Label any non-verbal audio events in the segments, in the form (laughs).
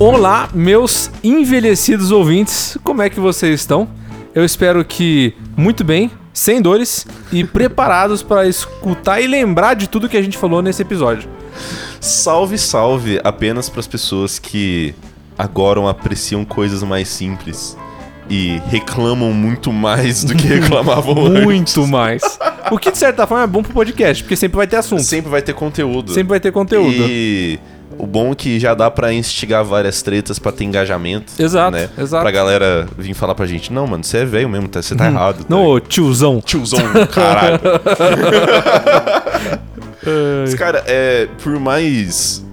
Olá, meus envelhecidos ouvintes, como é que vocês estão? Eu espero que muito bem, sem dores e (laughs) preparados para escutar e lembrar de tudo que a gente falou nesse episódio. Salve, salve apenas para as pessoas que agora apreciam coisas mais simples e reclamam muito (laughs) mais do que reclamavam antes. Muito mais. O que de certa forma é bom pro podcast, porque sempre vai ter assunto, Sempre vai ter conteúdo. sempre vai ter conteúdo. E o bom é que já dá pra instigar várias tretas pra ter engajamento. Exato, né? exato. Uhum. Pra galera vir falar pra gente: não, mano, você é velho mesmo, tá- você tá errado. Não, tá? ô, tiozão. tiozão (laughs) do caralho. Mas, cara, é, por mais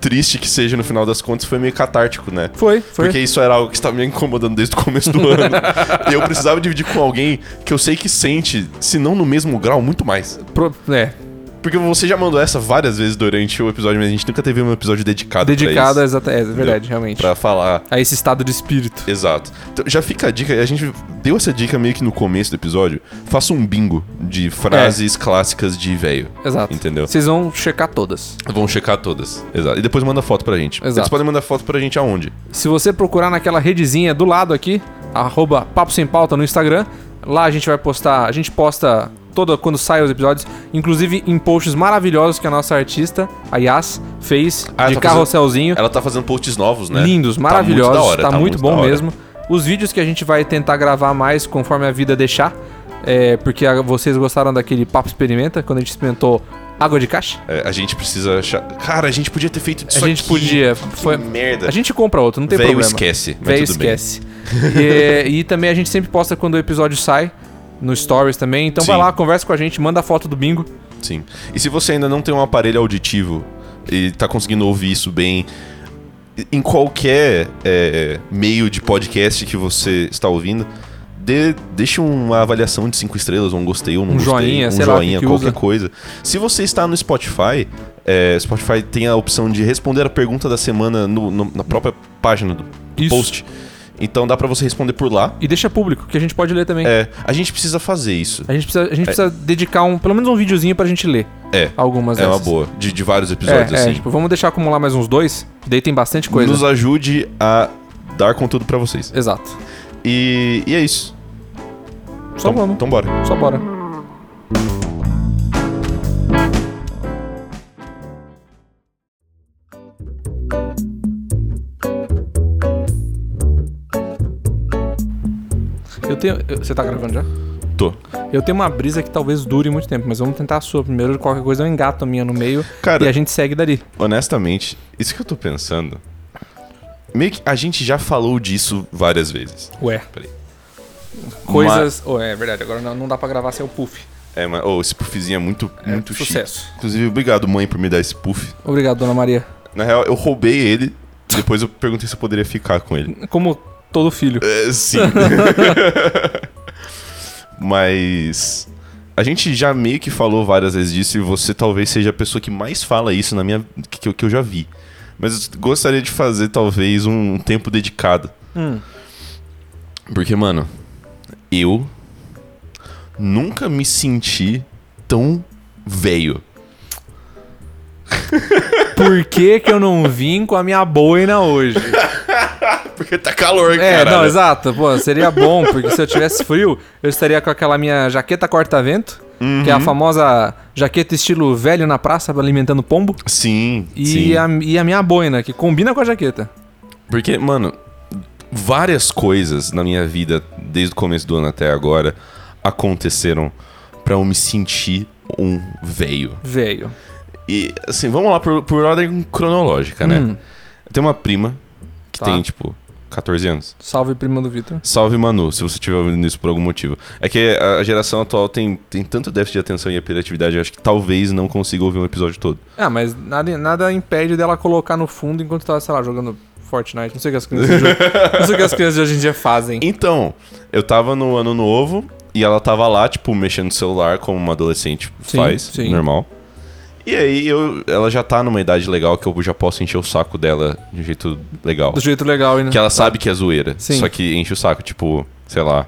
triste que seja no final das contas, foi meio catártico, né? Foi, foi. Porque isso era algo que estava me incomodando desde o começo (laughs) do ano. e eu precisava dividir com alguém que eu sei que sente, se não no mesmo grau, muito mais. Pro- é, Porque você já mandou essa várias vezes durante o episódio, mas a gente nunca teve um episódio dedicado pra dedicado isso. a exata, é, é verdade, realmente. Pra falar. A esse estado de espírito. Exato. Então, já fica a dica, a gente deu essa dica meio que no começo do episódio. Faça um bingo de frases clássicas de velho. É. Exato. Entendeu? Vocês vão checar todas. Vão checar todas. Exato. E depois manda foto pra gente. Exato. Vocês podem mandar foto pra gente aonde? Se você procurar naquela redezinha do lado aqui, arroba Papo Sem Pauta no Instagram, lá a gente vai postar, a gente posta toda quando saem os episódios, inclusive em posts maravilhosos que a nossa artista, a Yas, fez Ah, de tá fazendo- carrosselzinho. Ela tá fazendo posts novos, né? Lindos, Tá maravilhosos, tá da muito, hora, da bom hora. mesmo. Os vídeos que a gente vai tentar gravar mais conforme a vida deixar, é, porque a- vocês gostaram daquele Papo Experimenta, quando a gente experimentou água de caixa. É, a gente precisa achar. Cara, a gente podia ter feito isso a gente aqui. podia. Que Foi, merda. a gente compra outro, não tem Velho problema. esquece, mas Velho tudo bem. esquece. E, e também a gente sempre posta quando o episódio sai, no Stories também. Então vai Sim. lá, conversa com a gente, manda a foto do bingo. Sim. E se você ainda não tem um aparelho auditivo e tá conseguindo ouvir isso bem, em qualquer é, meio de podcast que você está ouvindo, dê, deixe uma avaliação de cinco estrelas, um gostei ou não Um gostei, joinha, um sei lá, o joinha, que que qualquer usa. coisa. Se você está no Spotify, é, Spotify tem a opção de responder a pergunta da semana no- no- na própria página do Isso. post. Então dá pra você responder por lá. E deixa público, que a gente pode ler também. É, a gente precisa fazer isso. A gente precisa, a gente precisa dedicar um, pelo menos um videozinho pra gente ler. É. Algumas É uma dessas. boa. De, de vários É, episódios, é, assim. tipo, vamos deixar acumular mais uns dois, que daí tem bastante coisa. Nos ajude a dar conteúdo pra vocês. Exato. E, e é isso. Só então, vamos. Então bora. Só bora. Eu tenho. eu- Você tá gravando já? Tô. Eu tenho uma brisa que talvez dure muito tempo, mas vamos tentar a sua primeiro. Qualquer coisa eu engato a minha no meio Cara- e a gente segue dali. Honestamente, isso que eu tô pensando. Meio que a gente já falou disso várias vezes. Ué. Peraí. Coisas. Oh, é verdade, agora não, não dá pra gravar sem o puff. É, mas oh, esse puffzinho é muito, muito chique. sucesso. Inclusive, obrigado, mãe, por me dar esse puff. Obrigado, dona Maria. Na real, eu roubei ele. Depois eu perguntei se eu poderia ficar com ele. Como todo filho. É, (laughs) sim. Mas a gente já meio que falou várias vezes disso e você talvez seja a pessoa que mais fala isso na minha que, que eu- que eu já vi. Mas eu gostaria de fazer talvez um tempo dedicado. Hum. Porque, mano, eu nunca me senti tão velho. Por que, que eu não vim com a minha boina hoje? Porque tá calor, É, cara. não, exato. Pô, seria bom, porque se eu tivesse frio, eu estaria com aquela minha jaqueta corta-vento, que é a Uhum. famosa jaqueta estilo velho na praça, alimentando pombo, Sim, sim. e a, e a minha boina, que combina com a jaqueta. Porque, mano, várias coisas na minha vida, desde o começo do ano até agora, aconteceram pra eu me sentir um velho. Velho. E, assim, vamos lá por, por ordem cronológica, né? Hum. Eu tenho uma prima que Tá. tem, tipo, 14 anos. Salve, prima do Vitor. Salve, Manu, se você estiver ouvindo isso por algum motivo. É que a a geração atual tem, tem tanto déficit de atenção e hiperatividade, eu acho que talvez não consiga ouvir um episódio todo. Ah, mas nada, nada impede dela colocar no fundo enquanto tava, sei lá, jogando Fortnite. Não sei o que as crianças, (laughs) de hoje- não sei o que as crianças de hoje em dia fazem. Então, eu tava no ano novo e ela tava lá, tipo, mexendo no celular, como uma adolescente Sim, faz, sim. normal. E aí eu, ela já tá numa idade legal que eu já posso encher o saco dela de um jeito legal. Do jeito legal, hein? né? Que ela sabe que é zoeira. Sim. Só que enche o saco, tipo, sei lá.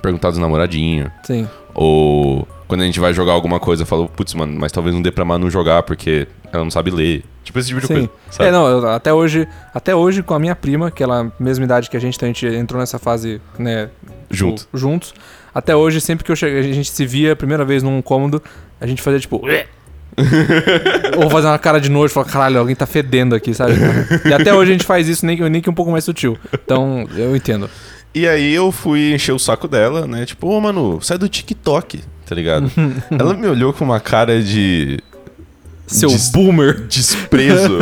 perguntar dos namoradinhos. Sim. Ou quando a gente vai jogar alguma coisa, falou, putz, mano, mas talvez não dê pra Manu jogar porque ela não sabe ler. Tipo esse tipo de Sim. coisa. sabe? É, não, eu- até hoje, até hoje com a minha prima, que ela mesma idade que a gente, então a gente entrou nessa fase, né, Junto. tipo, juntos. Até hoje, sempre que eu cheguei, a gente se via a primeira vez num cômodo, a gente fazia tipo "Ué". (laughs) ou fazer uma cara de nojo, falar, caralho, alguém tá fedendo aqui, sabe? E até hoje a gente faz isso, nem, que- nem que um pouco mais sutil. Então, eu entendo. E aí eu fui encher o saco dela, né? Tipo, ô Manu, sai do TikTok, (laughs) tá ligado? ela me olhou com uma cara de Seu Des- boomer. (laughs) desprezo.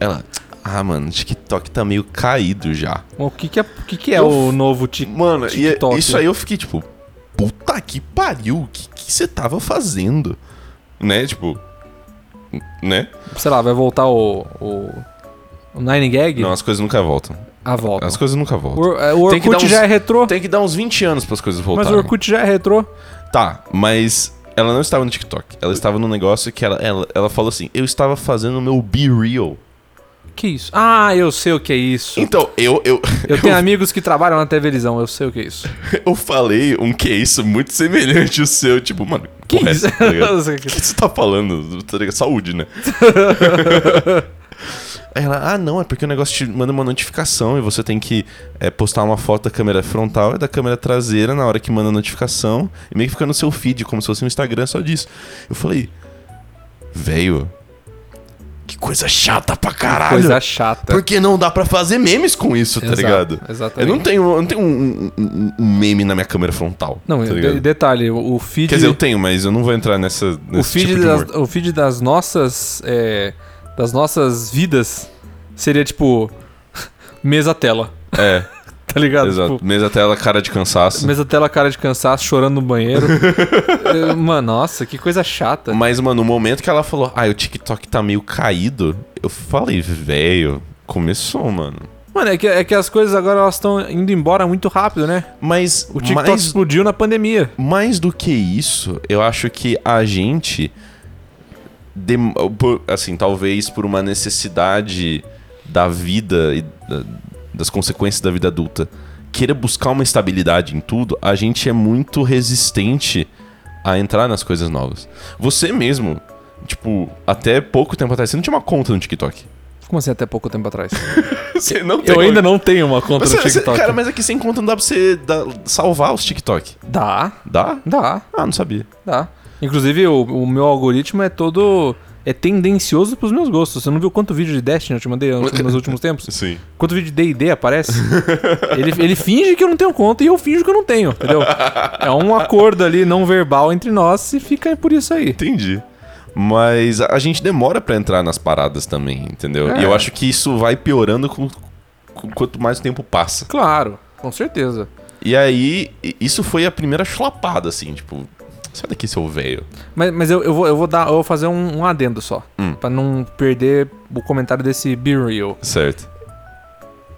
ela, ah, mano, TikTok tá meio caído já. O que que é, o, que que é Eu- o novo ti- Mano, e é- TikTok. isso aí eu fiquei tipo, puta que pariu, o que que você tava fazendo? Né, tipo, né? Sei lá, vai voltar o. o, o Nine Gag? Não, as coisas nunca voltam. A volta. As coisas nunca O, voltam. Or- é, o Tem que Orkut dar uns- já é retrô, Tem né? que dar uns 20 anos para as coisas mas voltarem. o Orkut já é retrô. Tá, mas ela não estava no TikTok. Ela estava num negócio que ela, ela, ela falou assim: eu estava fazendo o meu Be Real. Que isso? Ah, eu sei o que é (laughs) isso. Então, eu, eu, Eu tenho amigos que trabalham na televisão, eu sei o que é isso. eu falei um que isso muito semelhante ao seu. Tipo, mano, Que porra é isso? (laughs) essa, tá ligado? Eu sei o que (laughs) O é que você tá falando? Tá ligado? Saúde, né? Aí (laughs) ela, ah, não, é porque o negócio te manda uma notificação e você tem que é, postar uma foto da câmera frontal e da câmera traseira na hora que manda a notificação e meio que fica no seu feed, como se fosse um Instagram só disso. Eu falei, velho, que coisa chata pra caralho. Coisa chata. Porque não dá pra fazer memes com isso, tá Exato, ligado? Eu Exatamente. não tenho, eu não tenho um, um- um- um meme na minha câmera frontal. Não, tá de- ligado? detalhe, o o feed. Quer dizer, eu tenho, mas eu não vou entrar nessa. Nesse o, feed tipo de humor. das, o feed das nossas. é, das nossas vidas seria tipo. (laughs) mesa tela, É, (laughs) tá ligado? exato. Tipo, Mesa tela, cara de cansaço. mesa tela, cara de cansaço, chorando no (laughs) banheiro. Eh, Mano, nossa, que coisa chata. Mas, mano, no momento que ela falou, ah, o TikTok tá meio caído, eu falei, velho, começou, mano. Mano, é que, é que as coisas agora elas estão indo embora muito rápido, né? Mas O TikTok mais, explodiu na pandemia. mais do que isso, eu acho que a gente. dem- por- assim, talvez por uma necessidade da vida e da- das consequências da vida adulta, queira buscar uma estabilidade em tudo, a gente é muito resistente a entrar nas coisas novas. Você mesmo, tipo, até pouco tempo atrás, você não tinha uma conta no TikTok. Como assim até pouco tempo atrás? (laughs) Você não (laughs) tem Eu ainda não tenho uma conta Mas no você- você- TikTok. Cara, mas aqui sem conta não dá pra você dar- salvar os TikTok. Dá, Dá? dá, Ah, não sabia. dá. Inclusive, o, o meu algoritmo é todo. é tendencioso pros meus gostos. Você não viu quanto vídeo de Destiny eu te (laughs) mandei nos nos últimos tempos? Sim. Quanto vídeo de DD aparece? ele, ele finge que eu não tenho conta e eu finjo que eu não tenho, entendeu? É um acordo ali não verbal entre nós e fica por isso aí. Entendi. Mas a a gente demora pra entrar nas paradas também, entendeu? É. E eu acho que isso vai piorando com, com- quanto mais o tempo passa. Claro, com certeza. E aí, i- isso foi a primeira chulapada, assim, tipo, sai daqui, seu velho. Mas, mas eu, eu, vou, eu vou dar, eu vou fazer um, um adendo só, Hum. Pra não perder o comentário desse Be Real. Certo.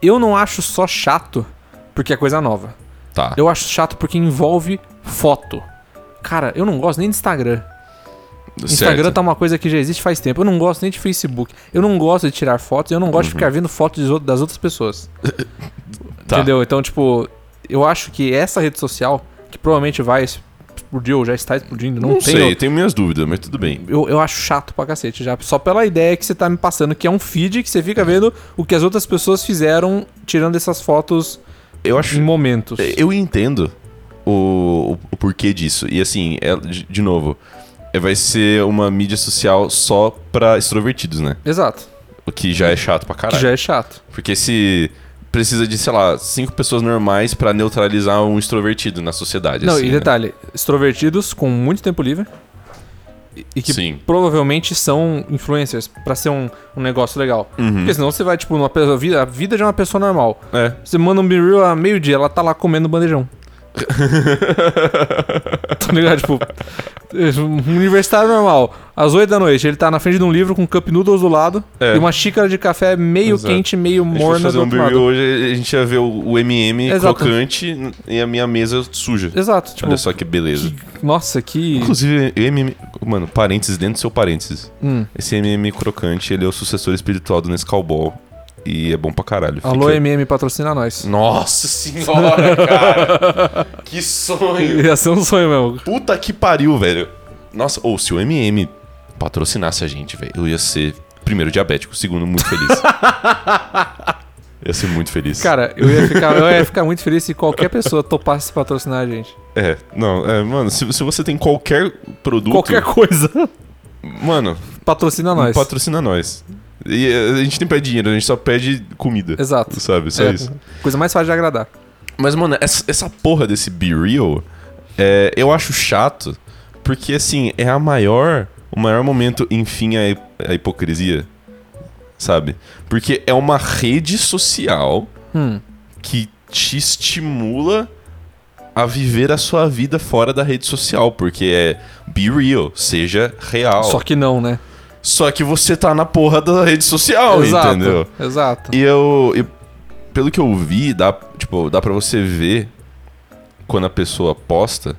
Eu não acho só chato porque é coisa nova. Tá. Eu acho chato porque envolve foto. Cara, eu não gosto nem de Instagram. Instagram certo. tá uma coisa que já existe faz tempo. Eu não gosto nem de Facebook. Eu não gosto de tirar fotos. Eu não gosto de ficar vendo fotos dos outros- das outras pessoas. Uhum. (laughs) Tá. Entendeu? Então, tipo, eu acho que essa rede social, que provavelmente vai explodir ou já está explodindo, não, Não tem. sei, tenho minhas dúvidas, mas tudo bem. Eu, eu acho chato pra cacete já. Só pela ideia que você tá me passando, que é um feed que você fica vendo o que as outras pessoas fizeram tirando essas fotos Eu acho É, em momentos. Eu entendo o, o- o porquê disso. E assim, é- de de novo, é, vai ser uma mídia social só pra extrovertidos, né? Exato. O que já é chato pra caralho. Que já é chato. Porque se precisa de, sei lá, cinco pessoas normais pra neutralizar um extrovertido na sociedade. Não, assim, e né? detalhe, extrovertidos com muito tempo livre e- e que Sim. provavelmente são influencers pra ser um, um negócio legal. Uhum. Porque senão você vai, tipo, numa pessoa, vida- a vida de uma pessoa normal. É. Você manda um B-Reel a meio-dia, ela tá lá comendo bandejão. (laughs) tá ligado? Tipo, um universitário normal, às 8 da noite, ele tá na frente de um livro com cup noodles do lado É. e uma xícara de café meio Exato. quente, meio A gente fosse morna fazer do um outro review lado. hoje, a gente ia ver o, o MM é Exato. crocante e a minha mesa suja. Exato. Tipo, Olha só que beleza. nossa, que... Inclusive, o MM. Mano, parênteses dentro do seu parênteses. Hum. Esse MM crocante, ele é o sucessor espiritual do Nescau Ball. E é bom pra caralho. Alô, Fica- MM, patrocina nós. (laughs) Nossa senhora, cara. que sonho. Ia ser um sonho mesmo. Puta que pariu, velho. Nossa, ou se o MM patrocinasse a gente, velho, eu ia ser, primeiro, diabético, segundo, (laughs) muito feliz. ia ser muito feliz. Cara, eu ia, ficar, eu ia ficar muito feliz se qualquer pessoa topasse patrocinar a gente. É, não, é, mano, se, se você tem qualquer produto. Qualquer coisa, Mano, Um patrocina nós. patrocina nós. E é, a gente nem pede dinheiro, a gente só pede comida. Exato. Sabe, só É, isso. Coisa mais fácil de agradar. Mas, mano, essa, essa porra desse Be Real, é, eu acho chato, porque, assim, é a maior, o maior momento, enfim, a, hi- a hipocrisia, sabe? Porque é uma rede social Hum. que te estimula a viver a sua vida fora da rede social, porque é Be Real, seja real. Só que não, né? Só que você tá na porra da rede social, exato. entendeu? Exato. E eu. e pelo que eu vi, dá, tipo, dá pra você ver quando a pessoa posta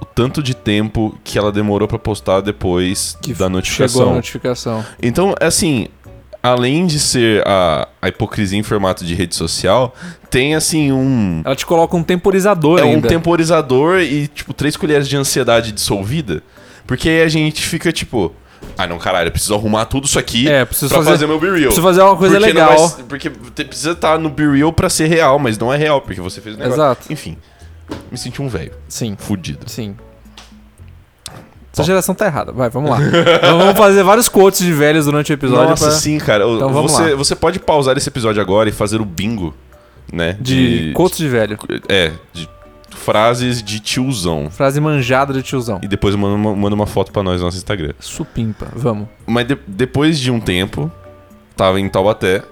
o tanto de tempo que ela demorou pra postar depois Que da Chegou a notificação. notificação. Então, assim, além de ser a, a hipocrisia em formato de rede social, tem assim um. Ela te coloca um temporizador É um ainda. temporizador e, tipo, três colheres de ansiedade dissolvida. Porque aí a gente fica, tipo, ah não, caralho, eu preciso arrumar tudo isso aqui É, preciso pra fazer- fazer, meu be real. Preciso fazer uma coisa Porque não legal. vai- porque te- precisa estar no Be Real pra ser real, mas não é real, porque você fez o negócio. Exato. Enfim, me senti um velho, Sim, fudido. sim. Essa geração tá errada. Vai, vamos lá. (laughs) Nós vamos fazer vários quotes de velhos durante o episódio. Nossa, pra- sim, cara. eu- Então vamos você, lá. você pode pausar esse episódio agora e fazer o bingo, né? De quotes de velho. É, de frases de tiozão. Frase manjada de tiozão. E depois manda uma, manda uma foto pra nós no nosso Instagram. Supimpa. Vamos. Mas de- depois de um tempo, tava em Taubaté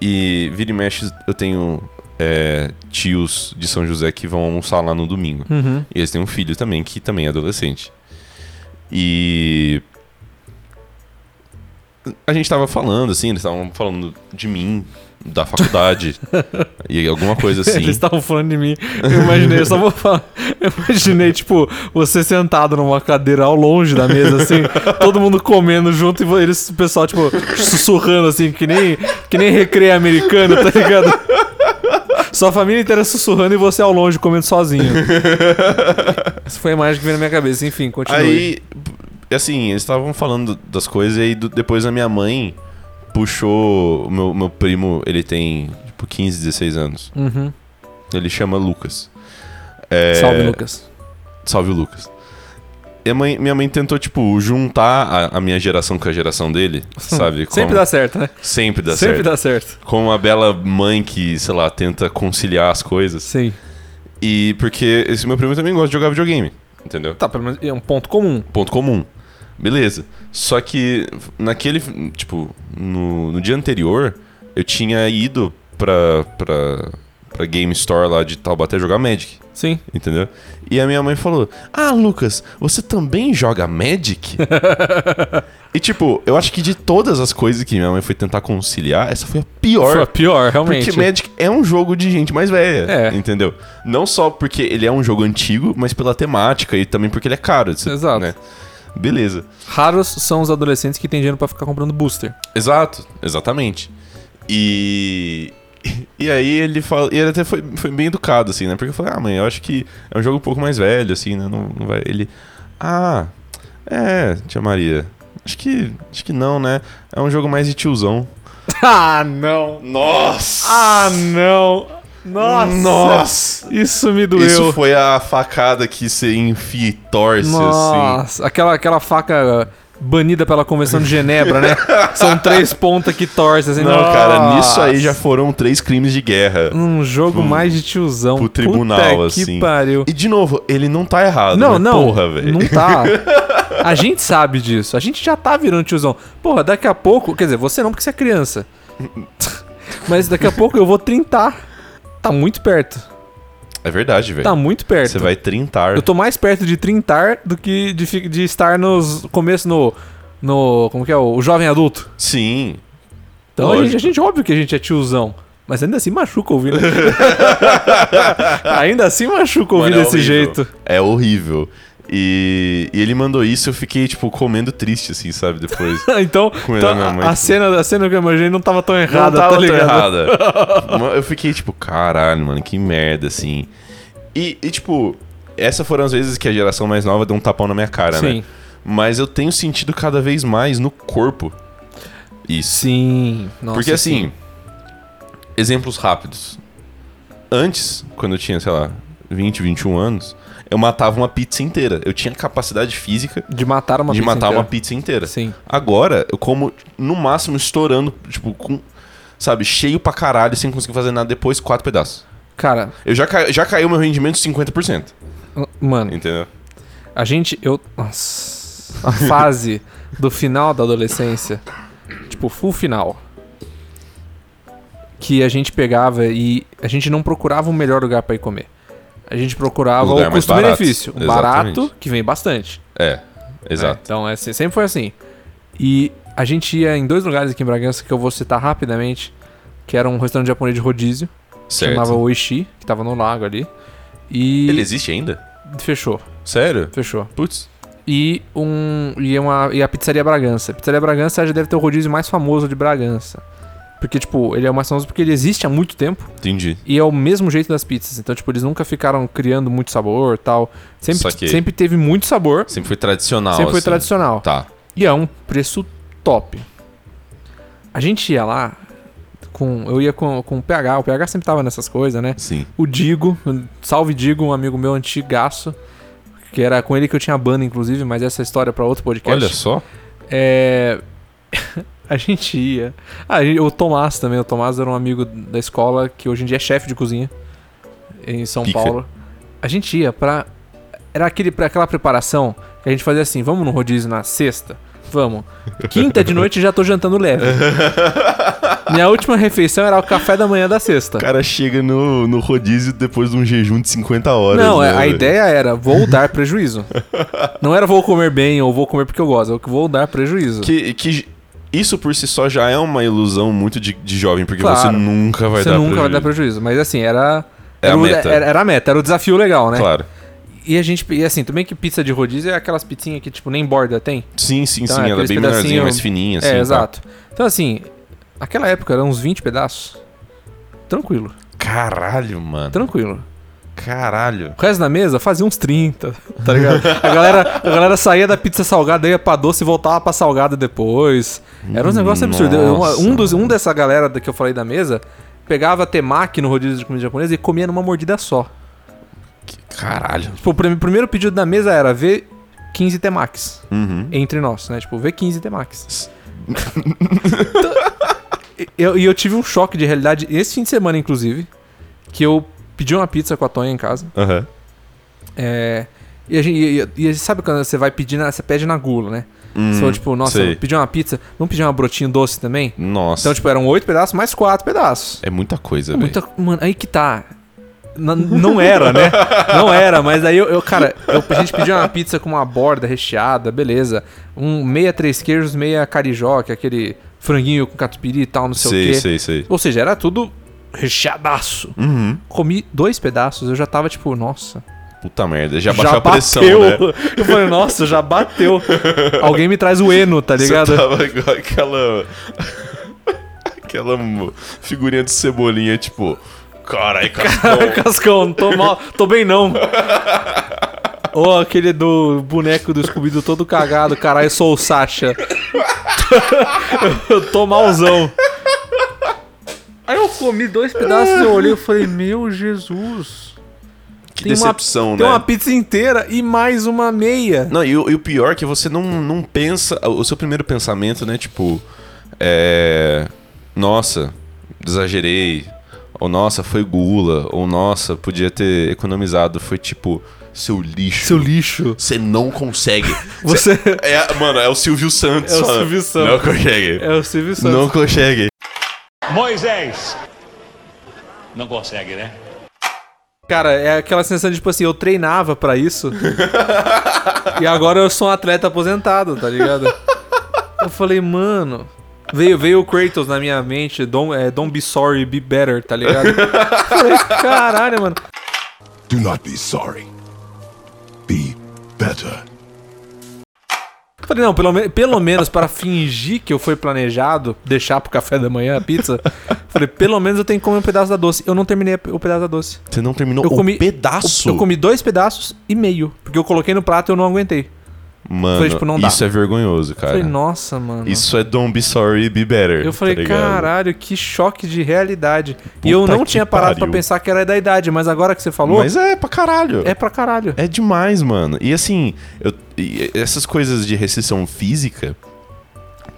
e vira e mexe eu tenho é, tios de São José que vão almoçar lá no domingo. Uhum. E eles têm um filho também, que também é adolescente. E. A gente tava falando, assim, eles estavam falando de mim, (laughs) da faculdade, e alguma coisa assim. Eles estavam falando de mim. Eu imaginei, eu só vou falar. Eu imaginei, tipo, você sentado numa cadeira ao longe da mesa, assim, todo mundo comendo junto e vo- eles, o pessoal, tipo, sussurrando, assim, que nem, que nem recreio americano, tá ligado? Sua família inteira sussurrando e você ao longe comendo sozinho. Essa foi a imagem que veio na minha cabeça. Enfim, continue. Aí, assim, eles estavam falando das coisas, e aí do- depois a minha mãe puxou. o Meu, meu primo, ele tem, tipo, 15, 16 anos. Uhum. Ele chama Lucas. É, Salve, Lucas. Salve o Lucas. Minha mãe, minha mãe tentou, tipo, juntar a, a minha geração com a (laughs) geração dele, sabe? Sempre Como- dá certo, né? sempre dá Sempre certo. dá certo. Como uma bela mãe que, sei lá, tenta conciliar as coisas. Sim. E porque esse meu primo também gosta de jogar videogame, entendeu? Tá, pelo menos é um ponto comum. Ponto comum. Beleza. Só que naquele, tipo, no, no dia anterior, eu tinha ido pra, pra, pra Game Store lá de Taubaté jogar Magic. Sim. Entendeu? E a minha mãe falou: Ah, Lucas, você também joga (laughs) Magic? e tipo, eu acho que de todas as coisas que minha mãe foi tentar conciliar, essa foi a pior. Foi pior, realmente. porque Magic é um jogo de gente mais velha, É. entendeu? Não só porque ele é um jogo antigo, mas pela temática e também porque ele é caro. você- Exato. né? Beleza. Raros são os adolescentes que têm dinheiro pra ficar comprando booster. Exato, exatamente. E. E aí ele fala. E ele até foi, foi bem educado, assim, né? Porque eu falei, ah, mãe, eu acho que é um jogo um pouco mais velho, assim, né? Não, não vai. Ele. Ah, é, tia Maria. Acho que. Acho que não, né? É um jogo mais de tiozão. (laughs) Ah, não. Nossa! Ah, não. Nossa. Nossa! Isso me doeu. Isso foi a facada que você enfia e torce, assim. Nossa. Aquela, aquela faca banida pela Convenção de Genebra, (laughs) né? São três pontas que torcem. Assim. Não, cara, Nossa. nisso aí já foram três crimes de guerra. Um jogo mais de tiozão. pro tribunal, Puta que assim. pariu. E de novo, ele não tá errado. Não, né? não. Porra, velho. Não tá. (laughs) A gente sabe disso. A gente já tá virando tiozão. Porra, daqui a pouco. Quer dizer, você não, porque você é criança. Mas daqui a pouco eu vou trintar. Tá muito perto. É verdade, velho. Tá muito perto. Você vai trintar. Eu tô mais perto de trintar do que de, fi- de estar nos. começo no. no. como que é? O jovem adulto. Sim. Então a gente, Lógico. a gente, óbvio que a gente é tiozão. Mas ainda assim machuca ouvir. (laughs) né? ainda assim machuca ouvir Mano, é desse horrível. jeito. É horrível. E, E, e ele mandou isso, eu fiquei, tipo, comendo triste, assim, sabe? Depois. então, Com ele então, na minha mãe, a, tudo. cena, a cena que eu imaginei (laughs) não tava tão Não errada, tava tá tão ligado? (laughs) errada. Mano, eu fiquei tipo, caralho, mano, que merda, assim. E, e, tipo, essas foram as vezes que a geração mais nova deu um tapão na minha cara, né? Sim. Mas eu tenho sentido cada vez mais no corpo isso. Sim. Nossa, Porque assim, sim. exemplos rápidos. Antes, quando eu tinha, sei lá, 20, 21 anos, eu matava uma pizza inteira. Eu tinha capacidade física De matar uma de pizza matar inteira. uma pizza inteira. Sim. Agora, eu como no máximo estourando, tipo, com. Sabe, cheio pra caralho, sem conseguir fazer nada depois, quatro pedaços. Cara, Eu já, ca... já caiu meu rendimento 50%, mano, entendeu? A gente, eu. (laughs) Nossa. A fase do final da adolescência. Tipo, full final. Que a gente pegava e a gente não procurava o melhor lugar pra ir comer. A gente procurava Lugar o mais custo-benefício. barato, O barato, exatamente. que vem bastante. É, exato. né? Então, é, se- sempre foi assim. E a gente ia em dois lugares aqui em Bragança que eu vou citar rapidamente. Que era um restaurante japonês de rodízio. que certo. É, Chamava Oishi, que tava no lago ali. E Ele existe ainda? fechou, Sério? fechou Putz. e um e, uma, e a Pizzaria Bragança. A Pizzaria Bragança já deve ter o rodízio mais famoso de Bragança. Porque, tipo, ele é o mais famoso porque ele existe há muito tempo Entendi. e é o mesmo jeito das pizzas. Então, tipo, eles nunca ficaram criando muito sabor tal. Sempre, Saquei. sempre teve muito sabor, Sempre foi tradicional. sempre foi assim. tradicional. Tá. E é um preço top. A gente ia lá com. Eu ia com, com o PH, o PH sempre tava nessas coisas, né? Sim. o Digo, salve Digo, um amigo meu antigaço, que era com ele que eu tinha banda, inclusive, mas essa história é pra outro podcast. Olha só. É... (laughs) a gente ia. Ah, e o Tomás também, o Tomás era um amigo da escola que hoje em dia é chefe de cozinha em São Pica. Paulo. A gente ia pra. Era aquele, pra aquela preparação que a gente fazia assim: vamos no rodízio na sexta? Vamos. Quinta de noite já tô jantando (laughs) leve. Minha última refeição era o café da manhã da sexta. O cara chega no, no rodízio depois de um jejum de 50 horas. Não, é, né, a velho? ideia era vou dar (laughs) prejuízo. Não era vou comer bem ou vou comer porque eu gosto, é que vou dar prejuízo. Que, que isso por si só já é uma ilusão muito de, de jovem, porque Claro. você nunca vai Você dar nunca vai dar prejuízo. prejuízo. Mas assim, era. É era, a o- meta. Era, era a meta, era o desafio legal, né? Claro. E a gente. E assim, também que pizza de rodízio é aquelas pizzinhas que, tipo, nem borda tem. Sim, sim, Então, sim. é ela é aqueles bem pedacinho- menorzinha, mais fininha, assim. é, tá? exato. Então, assim, naquela época eram uns 20 pedaços. Tranquilo, Caralho, mano. tranquilo. Então- Caralho. O resto da mesa fazia uns 30, tá ligado? A galera, a galera saía da pizza salgada, ia pra doce e voltava pra salgada depois. Era um negócio absurdo. Eu- Nossa. um, dos, um dessa galera da- que eu falei da mesa pegava temaki no rodízio de comida japonesa e comia numa mordida só. Caralho. Tipo, o prim- primeiro pedido da mesa era ver 15 temakis. Uhum. Entre nós, né? Tipo, ver 15 (laughs) temakis. Então, e- eu- e eu tive um choque de realidade esse fim de semana, inclusive, que eu pedi uma pizza com a Tonha em casa. Aham. É, e, a gente, e- e- e sabe quando você vai pedir, na, você pede na gula, né? Hum, Você falou, tipo, nossa, sei. pedir uma pizza, vamos pedir uma brotinha doce também? Nossa. Então, tipo, eram oito pedaços mais quatro pedaços. é muita coisa, É velho. muita, mano, aí que tá. Na- não era, (laughs) né? Não era, mas aí eu, eu, cara, eu, a gente pediu uma pizza com uma borda recheada, beleza. Um meia três queijos, meia carijó, que é aquele franguinho com catupiry e tal, não sei, o Sei, quê. sei, sei. Ou seja, era tudo recheadaço. Uhum. Comi dois pedaços, eu já tava tipo, nossa, Puta merda. Já baixou a pressão, né? (laughs) Eu falei, nossa, já bateu. Alguém me traz o Eno, tá Você ligado? tava igual aquela... aquela mo- figurinha de cebolinha, tipo... Caralho, cascão. (laughs) Cascão, tô mal, tô bem não. Ou aquele do boneco do scooby doo todo cagado, caralho, sou o Sasha. (laughs) eu tô malzão. Aí eu comi dois pedaços, eu olhei e falei, meu Jesus. que decepção, uma, né? Tem uma pizza inteira e mais uma meia. Não, e, o e o pior é que você não, não pensa. O seu primeiro pensamento, né? Tipo. É. Nossa, exagerei. Ou nossa, foi gula. Ou nossa, podia ter economizado. Foi tipo. Seu lixo. Seu lixo. Você não (laughs) consegue. Você... É, mano, é o Silvio Santos. É o falando, Silvio Santos. Não consegue. É o Silvio Santos. Não consegue. Moisés. Não consegue, né? Cara, é aquela sensação de tipo assim, eu treinava pra (laughs) isso. e agora eu sou um atleta aposentado, tá ligado? Eu falei, mano. Veio, veio o Kratos na minha mente, don't, é, don't be sorry, be better, tá ligado? Eu falei, caralho, mano. Do not be sorry. Be better. Falei, não, pelo, me- pelo menos para fingir que eu fui planejado deixar pro café da manhã a pizza. Falei, pelo menos eu tenho que comer um pedaço da doce. Eu não terminei a- o pedaço da doce. Você não terminou Eu o comi- pedaço. Eu comi dois pedaços e meio. Porque eu coloquei no prato e eu não aguentei. Mano, Falei, tipo, não dá. isso é vergonhoso, cara. Falei, nossa, mano. Isso é don't be sorry, be better. Eu tá falei, ligado? caralho, que choque de realidade. e eu Puta não que tinha parado pra pariu. pensar que era da idade, mas agora que você falou, Mas é pra caralho. é pra caralho. É demais, mano. E assim, eu- e essas coisas de recessão física,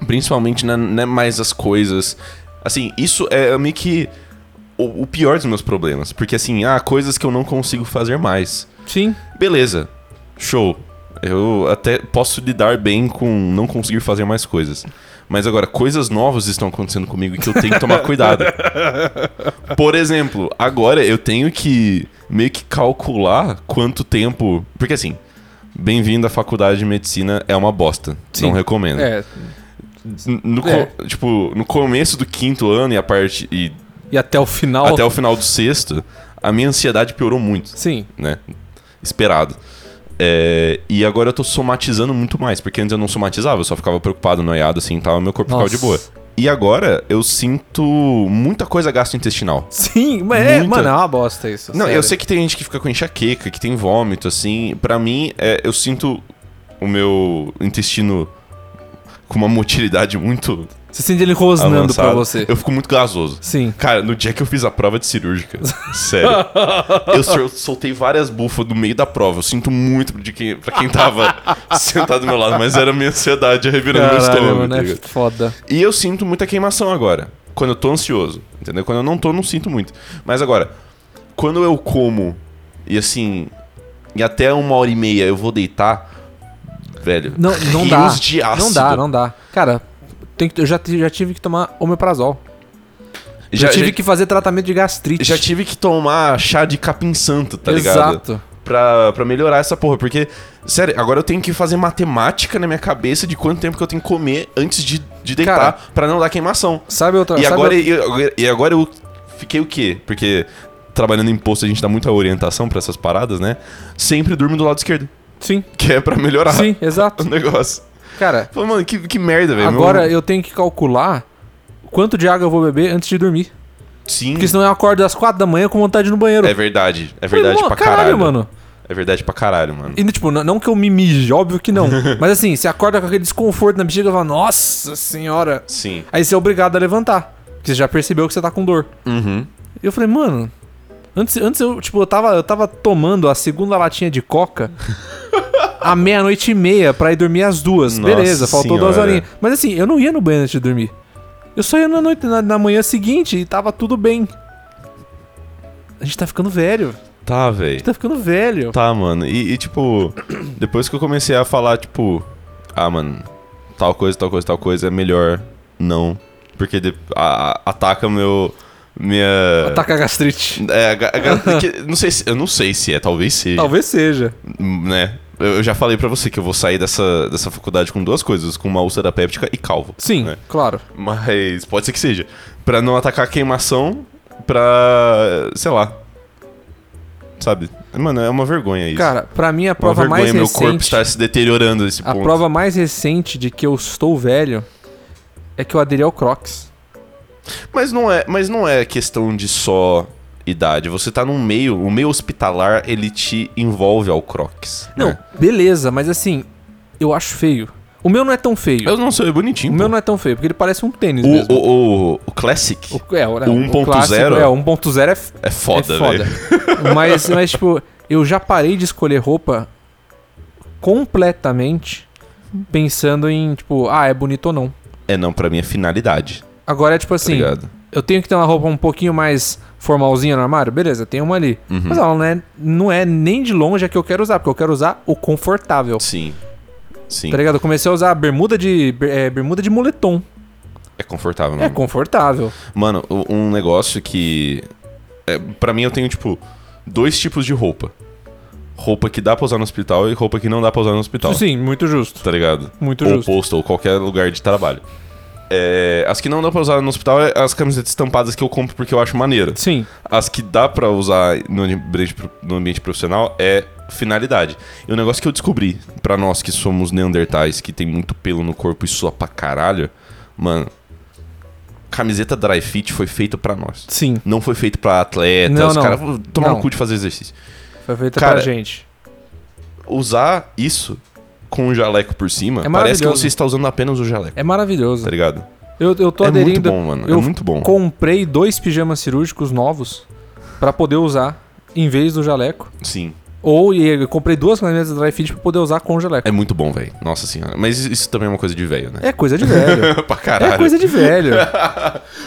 principalmente na, né, mais as coisas. Assim, isso é meio que o, o pior dos meus problemas. Porque assim, há coisas que eu não consigo fazer mais. Sim. Beleza, show. Eu até posso lidar bem com não conseguir fazer mais coisas. Mas agora, coisas novas estão acontecendo comigo e que eu tenho (laughs) que tomar cuidado. Por exemplo, agora eu tenho que meio que calcular quanto tempo. Porque assim, bem-vindo à faculdade de medicina é uma bosta. Sim. Não recomendo. É. N- no co- É. Tipo, no começo do quinto ano e a parte. E E até o final. até o final do sexto, a minha ansiedade piorou muito Sim. né? Esperado. É, e agora eu tô somatizando muito mais, porque antes eu não somatizava, eu só ficava preocupado, noiado assim e tal, e meu corpo Nossa. ficava de boa. E agora eu sinto muita coisa gastrointestinal. Sim, mas é, Muita. mano, é uma bosta isso. Não, sério. eu sei que tem gente que fica com enxaqueca, que tem vômito, assim. Pra mim, é, eu sinto o meu intestino com uma motilidade muito Você sente ele rosnando avançada. pra você. Eu fico muito gasoso. Sim. Cara, no dia que eu fiz a prova de cirúrgica, sério, eu sol- soltei várias bufas no meio da prova. Eu sinto muito de quem, pra quem tava (laughs) sentado do meu lado, mas era a minha ansiedade revirando meu Caralho, estômago. mano, tá é ligado? foda. E eu sinto muita queimação agora, quando eu tô ansioso, entendeu? Quando eu não tô, eu não sinto muito. Mas agora, quando eu como e assim, e até uma hora e meia eu vou deitar, velho, Não, não rios dá. de ácido. Não dá, não dá. Cara, tem que- eu já, ti- já tive que tomar omeprazol. Já, Já, tive já, que fazer tratamento de gastrite. já tive que tomar chá de capim santo, tá ligado? Exato. pra, pra melhorar essa porra. Porque, sério, agora eu tenho que fazer matemática na minha cabeça de quanto tempo que eu tenho que comer antes de, de deitar Cara, pra não dar queimação. Sabe outra E sabe agora, outra- eu, e agora eu fiquei o quê? Porque trabalhando em posto a gente dá muita orientação pra essas paradas, né? Sempre durmo do lado esquerdo, (laughs) Sim, que é pra melhorar sim, o exato. negócio. Cara, Falei, mano, que, que merda, velho. Meu- agora eu tenho que calcular quanto de água eu vou beber antes de dormir. Sim, Porque senão eu acordo às quatro da manhã com vontade de ir no banheiro. é verdade. É Falei, verdade "Mô, pra caralho. mano. É verdade pra caralho, mano. E, tipo, não, não que eu me mije, óbvio que (laughs) não. Mas assim, você acorda com aquele desconforto na bexiga e fala, nossa senhora. Sim. Aí você é obrigado a levantar. Porque você já percebeu que você tá com dor. Uhum. E eu falei, mano. Antes, antes eu, tipo, eu tava, eu tava tomando a segunda latinha de coca à meia-noite e meia pra ir dormir às duas. Nossa Beleza, faltou duas senhora. horinhas. Mas assim, eu não ia no banheiro antes de dormir. Eu só ia na noite, na, na manhã seguinte e tava tudo bem. A gente tá ficando velho. A Tá, velho. gente tá ficando velho. Tá, mano. E, e, tipo, depois que eu comecei a falar, tipo, ah, mano, tal coisa, tal coisa, tal coisa, é melhor não. Porque de- a- a- ataca meu. Minha. Tá com a gastrite. É, a ga- a ga- que- não sei se, eu não sei se é, talvez seja. Talvez seja. Né? Eu eu já falei pra você que eu vou sair dessa, dessa faculdade com duas coisas, com uma úlcera péptica e calvo. Sim, né? claro. Mas pode ser que seja. Pra não atacar a queimação, pra. sei lá. Sabe? Mano, é uma vergonha isso. Cara, pra mim a Uma prova vergonha, mais meu recente. corpo está se deteriorando a esse A ponto. prova mais recente de que eu estou velho é que eu aderi ao Crocs. Mas não é, mas não é questão de só idade. Você tá num meio, o meio hospitalar, ele te envolve ao Crocs. Não, né? beleza, mas assim, eu acho feio. O meu não é tão feio. Eu não sei, é bonitinho. O pô. meu não é tão feio, porque ele parece um tênis o, mesmo. o, o, o Classic é, o, né, o o 1.0? clássico, É, o 1.0 é, f- é é foda, foda. (laughs) velho. mas, mas, (laughs) tipo, eu já parei de escolher roupa completamente pensando em, tipo, ah, é bonito ou não. É, não, pra mim é finalidade. Agora é tipo assim, Obrigado. eu tenho que ter uma roupa um pouquinho mais formalzinha no armário? Beleza, tem uma ali. Uhum. Mas ela não é, não é nem de longe a que eu quero usar, porque eu quero usar o confortável. Sim. Sim. Tá ligado? Eu comecei a usar bermuda de, ber- é, bermuda de moletom. É confortável, É mano. confortável. Mano, o- um negócio que. É, para mim, eu tenho, tipo, dois tipos de roupa: roupa que dá pra usar no hospital e roupa que não dá pra usar no hospital. Sim, muito justo. Tá ligado? Muito ou justo. posto, ou qualquer lugar de trabalho. É, as que não dá pra usar no hospital é as camisetas estampadas que eu compro porque eu acho maneiro. Sim. As que dá pra usar no ambiente, pro- no ambiente profissional é finalidade. E um negócio que eu descobri, pra nós que somos neandertais, que tem muito pelo no corpo e sua pra caralho, mano, camiseta dry fit foi feita pra nós. Sim, Não foi feito pra atleta, Não, os não. caras tomaram Não. no cu de fazer exercício. foi feita Cara, pra gente. Usar isso com um jaleco por cima, É parece que maravilhoso. você está usando apenas o jaleco, É maravilhoso. tá ligado? Eu, eu tô é muito aderindo. bom, mano. eu é muito bom. comprei dois pijamas cirúrgicos novos pra poder usar em vez do jaleco. Sim. Ou e eu comprei duas camisetas dry fit pra poder usar com o jaleco. É muito bom, velho. Nossa senhora. Mas isso também é uma coisa de velho, né? É coisa de velho. pra (laughs) caralho. é coisa de (laughs) velho.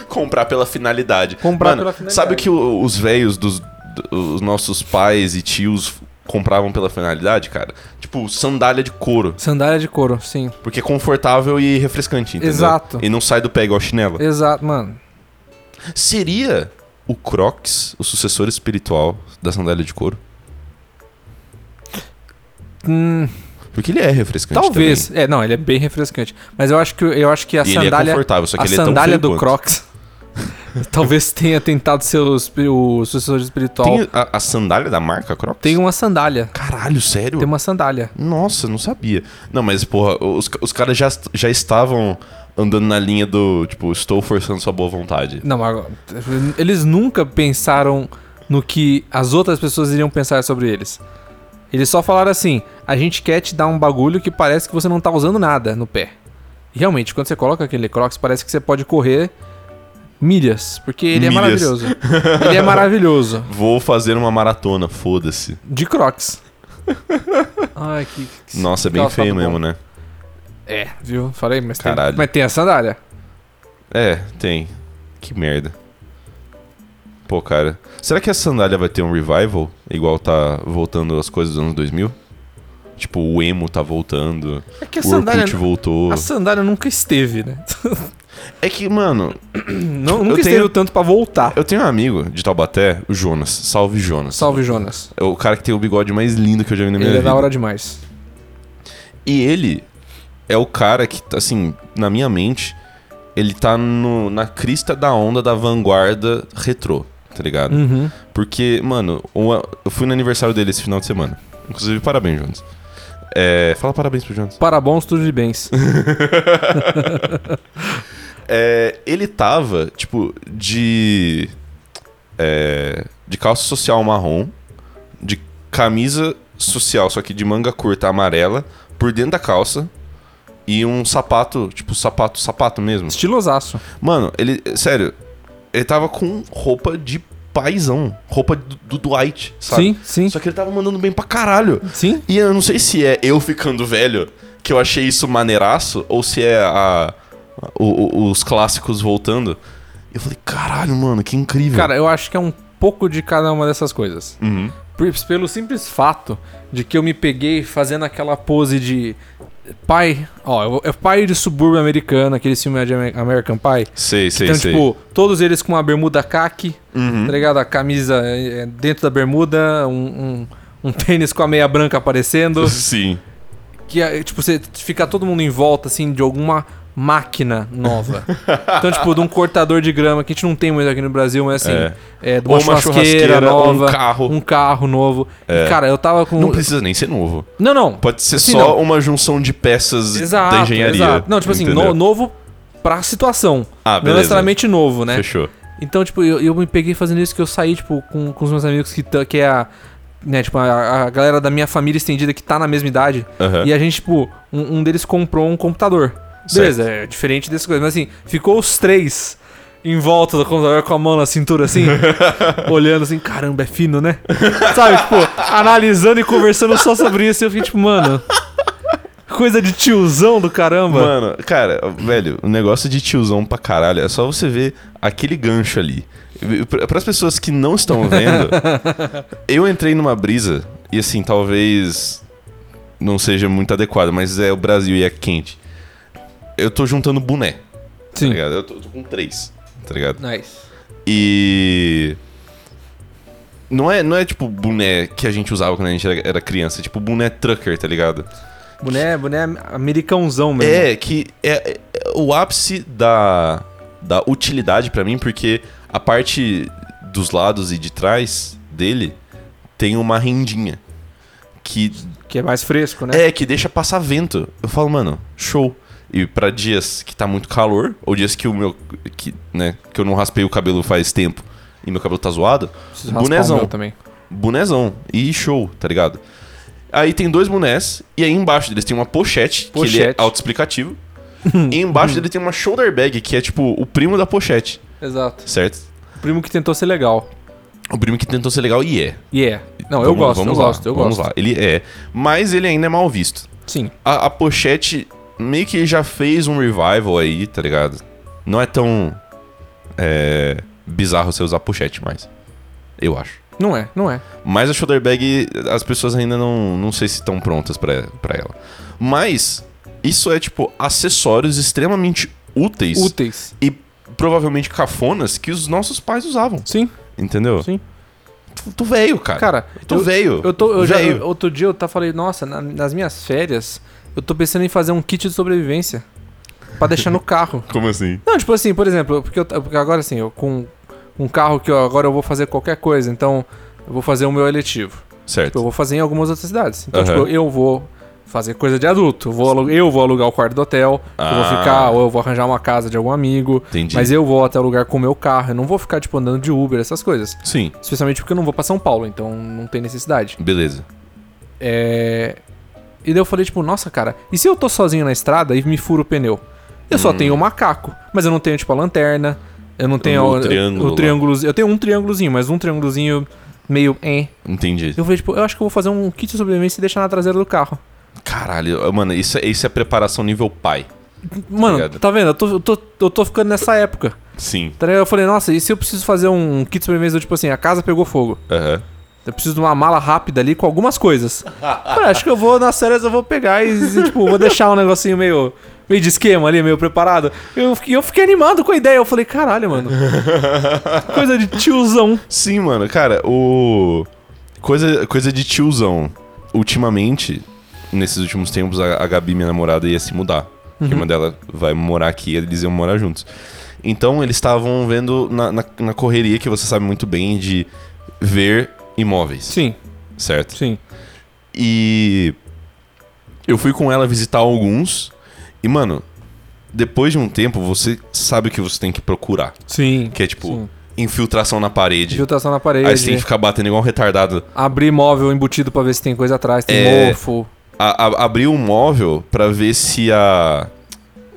Comprar pela finalidade. Comprar Mano, pela finalidade. Sabe o que o- os velhos dos do- os nossos pais e tios compravam pela finalidade, cara? Tipo, sandália de couro. Sandália de couro, sim. Porque é confortável e refrescante, entendeu? Exato. É. E não sai do pé igual chinelo. Exato, mano. Seria o Crocs o sucessor espiritual da sandália de couro? Hum, Porque ele é refrescante talvez. É, não, ele é bem refrescante. Mas eu acho que, eu acho que a também. E ele é sandália. confortável, só que a ele é tão sandália feio do quanto. Crocs. (laughs) talvez tenha tentado ser o, espi- o sucessor espiritual. Tem Tem, a, a sandália da marca Crocs? uma sandália. Caralho, sério? um Tem uma sandália. Nossa, não sabia. Não, mas, porra, os, os caras já, já estavam andando na linha do, tipo, estou forçando sua boa vontade. Não, mas agora- eles nunca pensaram no que as outras pessoas iriam pensar sobre eles. Eles só falaram assim: a gente quer te dar um bagulho que parece que você não tá usando nada no pé. E realmente, quando você coloca aquele Crocs, parece que você pode correr milhas, porque ele é Milhas. maravilhoso. ele é maravilhoso. Vou fazer uma maratona, foda-se. De (laughs) Crocs. Ai, que. que- Nossa, é que bem calçado feio bom. mesmo, né? É, viu? Falei, mas tem, Caralho. mas tem a sandália. É, tem. Que merda. Pô, cara. Será que a sandália vai ter um revival? Igual tá voltando as coisas dos anos 2000? Tipo, o emo tá voltando, É que a o sandália... sandália. Orkut voltou. A sandália nunca esteve, né? (laughs) É que, mano, Não- nunca esteve tenho- tanto pra voltar. eu tenho um amigo de Taubaté, o Jonas. Salve, Jonas. Salve, Jonas. É o cara que tem o bigode mais lindo que eu já vi na minha Ele é vida. da hora demais. E ele é o cara que, assim, na minha mente, ele tá no- na crista da onda da vanguarda retrô, tá ligado? Uhum. Porque, mano, uma- eu fui no aniversário dele esse final de semana. Inclusive, parabéns, Jones. É, fala parabéns pro Jones. Parabéns, tudo de (laughs) bens. É, ele tava, tipo, de. é, de calça social marrom, de camisa social, só que de manga curta amarela, por dentro da calça, e um sapato, tipo, sapato, sapato mesmo. Estilosaço. Mano, ele. Sério, ele tava com roupa de paizão, roupa do, do Dwight, sabe? Sim, sim. Só que ele tava mandando bem pra caralho. Sim. E eu não sei se é eu ficando velho que eu achei isso maneiraço, ou se é a, o- o- os clássicos voltando. Eu falei, caralho, mano, que incrível. Cara, eu acho que é um pouco de cada uma dessas coisas. Uhum. Por- Pelo simples fato de que eu me peguei fazendo aquela pose de pai, ó, eu vou- é pai de subúrbio americano, aquele filme de Amer- American Pie. Sei, sei, Então, sei. tipo, todos eles com uma bermuda caque, Uhum. tá ligado? A camisa é, é, dentro da bermuda, um, um, um tênis com a meia branca (laughs) aparecendo. (laughs) Sim. que é, tipo você fica todo mundo em volta assim de alguma máquina (laughs) nova. então tipo de um cortador de grama que a gente não tem muito aqui no Brasil, mas assim, É. é, de uma, Ou uma churrasqueira, churrasqueira, ou um nova, carro. É. um carro novo. E, cara, eu tava com Não precisa nem ser novo. Não, não. Pode ser Sim, só um Assim, não. uma junção de peças Exato, da engenharia. exato. Não, tipo assim, no- entendeu? novo pra situação. Ah, não beleza. necessariamente novo, né? Fechou. Então, tipo, eu, eu me peguei fazendo isso que eu saí, tipo, com, com os meus amigos que, tá- que é a. Né, tipo, a, a galera da minha família estendida que tá na mesma idade. Aham. E a gente, tipo, um, um deles comprou um computador. Beleza, é diferente desse coisa. Mas assim, ficou os três em volta do computador com a mão na cintura, (laughs) assim, olhando assim, caramba, é fino, né? Sabe, tipo, analisando e conversando só sobre isso. E eu fiquei, tipo, mano. Coisa de tiozão do caramba. Mano, cara, velho, o negócio de tiozão pra caralho é só você ver aquele gancho ali. Para as pessoas que não estão vendo, eu entrei numa brisa e assim, talvez não seja muito adequado, mas é o Brasil e é quente. Eu tô juntando boné, tá Sim. ligado? Eu tô, tô com três, tá ligado? Nice. E. Não é, não é tipo boné que a gente usava quando a gente era era criança, é tipo boné trucker, tá ligado? Boné, boné americãozão mesmo. É, que é, é o ápice da, da utilidade pra mim, porque a parte dos lados e de trás dele tem uma rendinha. que Que é mais fresco, né? é, que deixa passar vento. Eu falo, mano, show. E pra dias que tá muito calor, ou dias que o meu. Que, né, que eu não raspei o cabelo faz tempo e meu cabelo tá zoado, Preciso raspar o meu bonezão. também. Bonezão. E show, tá ligado? Aí tem dois bonés, e aí embaixo deles tem uma pochete, que ele é Pochete. (laughs) autoexplicativo. e embaixo dele tem uma shoulder bag, que é tipo o primo da pochete, Exato. certo? Primo que tentou ser legal. O primo que tentou ser legal e é. E é. Não, eu Vamos- gosto, vamos eu lá, gosto, eu vamos gosto. lá. Ele é. Mas ele ainda é mal visto. Sim. a, a pochete meio que já fez um revival aí, tá ligado? Não é tão é, bizarro você usar pochete mais. Eu acho. Não é, não é. Mas a shoulder bag, as pessoas ainda não, não sei se estão prontas pra pra ela. Mas isso é, tipo, acessórios extremamente úteis Úteis. e provavelmente cafonas que os nossos pais usavam, Sim. entendeu? Sim. Tu, tu veio, cara. Cara, tu eu- veio. Eu tô, eu já, Veio. eu- outro dia eu tá, falei, nossa, na- nas minhas férias, eu tô pensando em fazer um kit de sobrevivência Pra deixar no carro. Como assim? Não, tipo assim, por exemplo, porque, eu, porque agora assim, eu com um carro que eu, agora eu vou fazer qualquer coisa, então eu vou fazer o meu eletivo. Tipo, eu Certo. vou fazer em algumas outras cidades. Então, Aham. tipo, eu vou fazer coisa de adulto. Eu vou alu- eu vou alugar o quarto do hotel, eu vou Ah. ficar, ou eu vou arranjar uma casa de algum amigo. Entendi. Mas eu vou até o lugar com o meu carro, eu não vou ficar, tipo, andando de Uber, essas coisas. Sim, Especialmente porque eu não vou pra São Paulo, então não tem necessidade. beleza. É... E daí eu falei, tipo, nossa, cara, e se eu tô sozinho na estrada e me furo o pneu? Eu Hum. só tenho o macaco, mas eu não tenho, tipo, a lanterna, eu não tenho... O a- triângulo lá. O triângulo... Eu tenho um triângulozinho, mas um triângulozinho meio... Eh. Entendi. Eu falei, tipo, eu acho que eu vou fazer um kit de sobrevivência e deixar na traseira do carro. Caralho, mano, isso, é- isso é preparação nível pai. Mano, Obrigado. tá vendo? Eu tô, eu, tô, eu tô ficando nessa época. Sim. Tá ligado? Eu falei, nossa, e se eu preciso fazer um kit de sobrevivência, do tipo assim, a casa pegou fogo? Aham. Eu preciso de uma mala rápida ali com algumas coisas. Falei, acho que eu vou, nas séries eu vou pegar e, e, tipo, vou deixar um negocinho meio, meio de esquema ali, meio preparado. Eu, fiquei- eu fiquei animado com a ideia. Eu falei, caralho, (laughs) mano. Coisa de tiozão. Sim, mano, cara, o. Coisa, coisa de tiozão. Ultimamente, nesses últimos tempos, a, a Gabi, minha namorada, ia se mudar. Uhum. Que uma dela vai morar aqui e eles iam morar juntos. Então, eles estavam vendo na, na, na correria que você sabe muito bem de ver imóveis, Sim, certo? sim. E eu fui com ela visitar alguns. E, mano, depois de um tempo, você sabe o que você tem que procurar. Sim. Que é tipo, Sim. infiltração na parede. Infiltração na parede. Aí você tem que ficar batendo igual um retardado. Abrir móvel embutido pra ver se tem coisa atrás, tem É. mofo. A- a- abrir um móvel pra ver se a.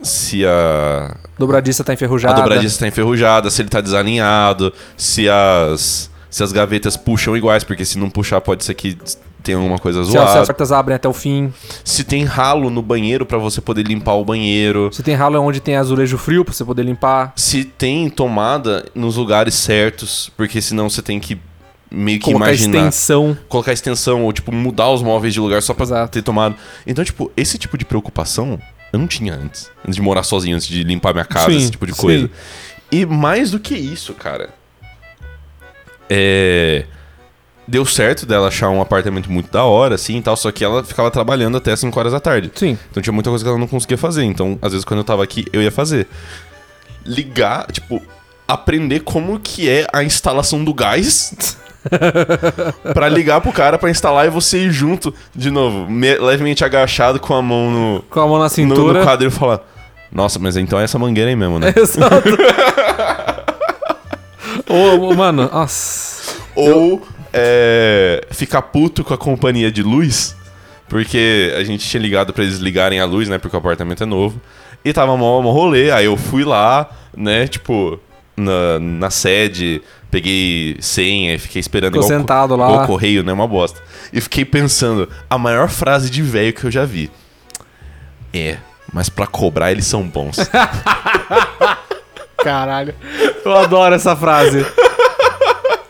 Se a. Dobradiça tá A enferrujada. dobradiça tá enferrujada, se ele tá desalinhado, se as. Se as gavetas puxam iguais, porque se não puxar pode ser que tenha alguma coisa Se as- se as tá zoada. portas abrem até o fim. Se tem ralo no banheiro pra você poder limpar o banheiro. Se tem ralo é onde tem azulejo frio pra você poder limpar. se tem tomada nos lugares certos, porque senão você tem que meio que colocar imaginar. extensão. Colocar extensão ou, tipo, mudar os móveis de lugar só pra Exato. ter tomada. Então, tipo, esse tipo de preocupação eu não tinha antes. Antes de morar sozinho, antes de limpar minha casa, Sim, esse tipo de sim. coisa. E mais do que isso, cara. É. Deu certo dela achar um apartamento muito da hora, assim e tal, só que ela ficava trabalhando até 5 horas da tarde. Sim. Então tinha muita coisa que ela não conseguia fazer. Então, às vezes, quando eu tava aqui, eu ia fazer. Ligar, tipo, aprender como que é a instalação do gás. (laughs) pra ligar pro cara pra instalar e você ir junto, de novo, me- levemente agachado com a mão no, Com a mão na no, cintura. no quadril e falar: Nossa, mas então é essa mangueira aí mesmo, né? (laughs) Exato. Ô, ô, mano, nossa. Ou é, ficar puto com a companhia de luz, porque a gente tinha ligado pra eles ligarem a luz, né? Porque o apartamento é novo. E tava mó mó rolê, aí eu fui lá, né? Tipo, na, na sede, peguei senha e fiquei esperando Ficou sentado lá. igual correio, né? Uma bosta. E fiquei pensando, a maior frase de velho que eu já vi. É, mas pra cobrar eles (laughs) são bons. Caralho. Eu adoro essa frase.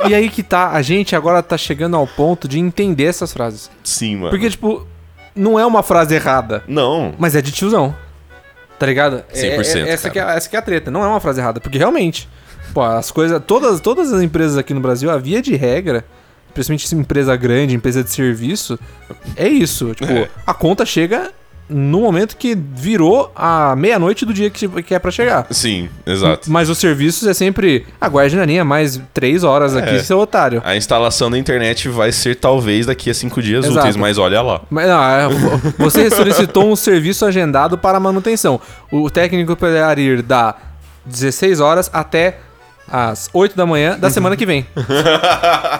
E aí que tá, a gente agora tá chegando ao ponto de entender essas frases. Sim, mano. Porque, tipo, não é uma frase errada, Não. mas é de tiozão. Tá ligado? É- 100%, é- essa, que cara. é, essa que é a treta, não é uma frase errada. Porque realmente, pô, as coisas. Todas, todas as empresas aqui no Brasil, a via de regra, É. principalmente se empresa grande, empresa de serviço, é isso. Tipo, a conta chega no momento que virou a meia-noite do dia que, que é pra chegar. Sim, exato. Mas os serviços é sempre, aguarde na linha mais três horas aqui, É. seu otário. A instalação da internet vai ser talvez daqui a cinco dias Exato. úteis, mas olha lá. Mas não, é, vo- você solicitou um serviço agendado para manutenção. O técnico poderá ir da 16 horas até as 8 da manhã da semana que vem.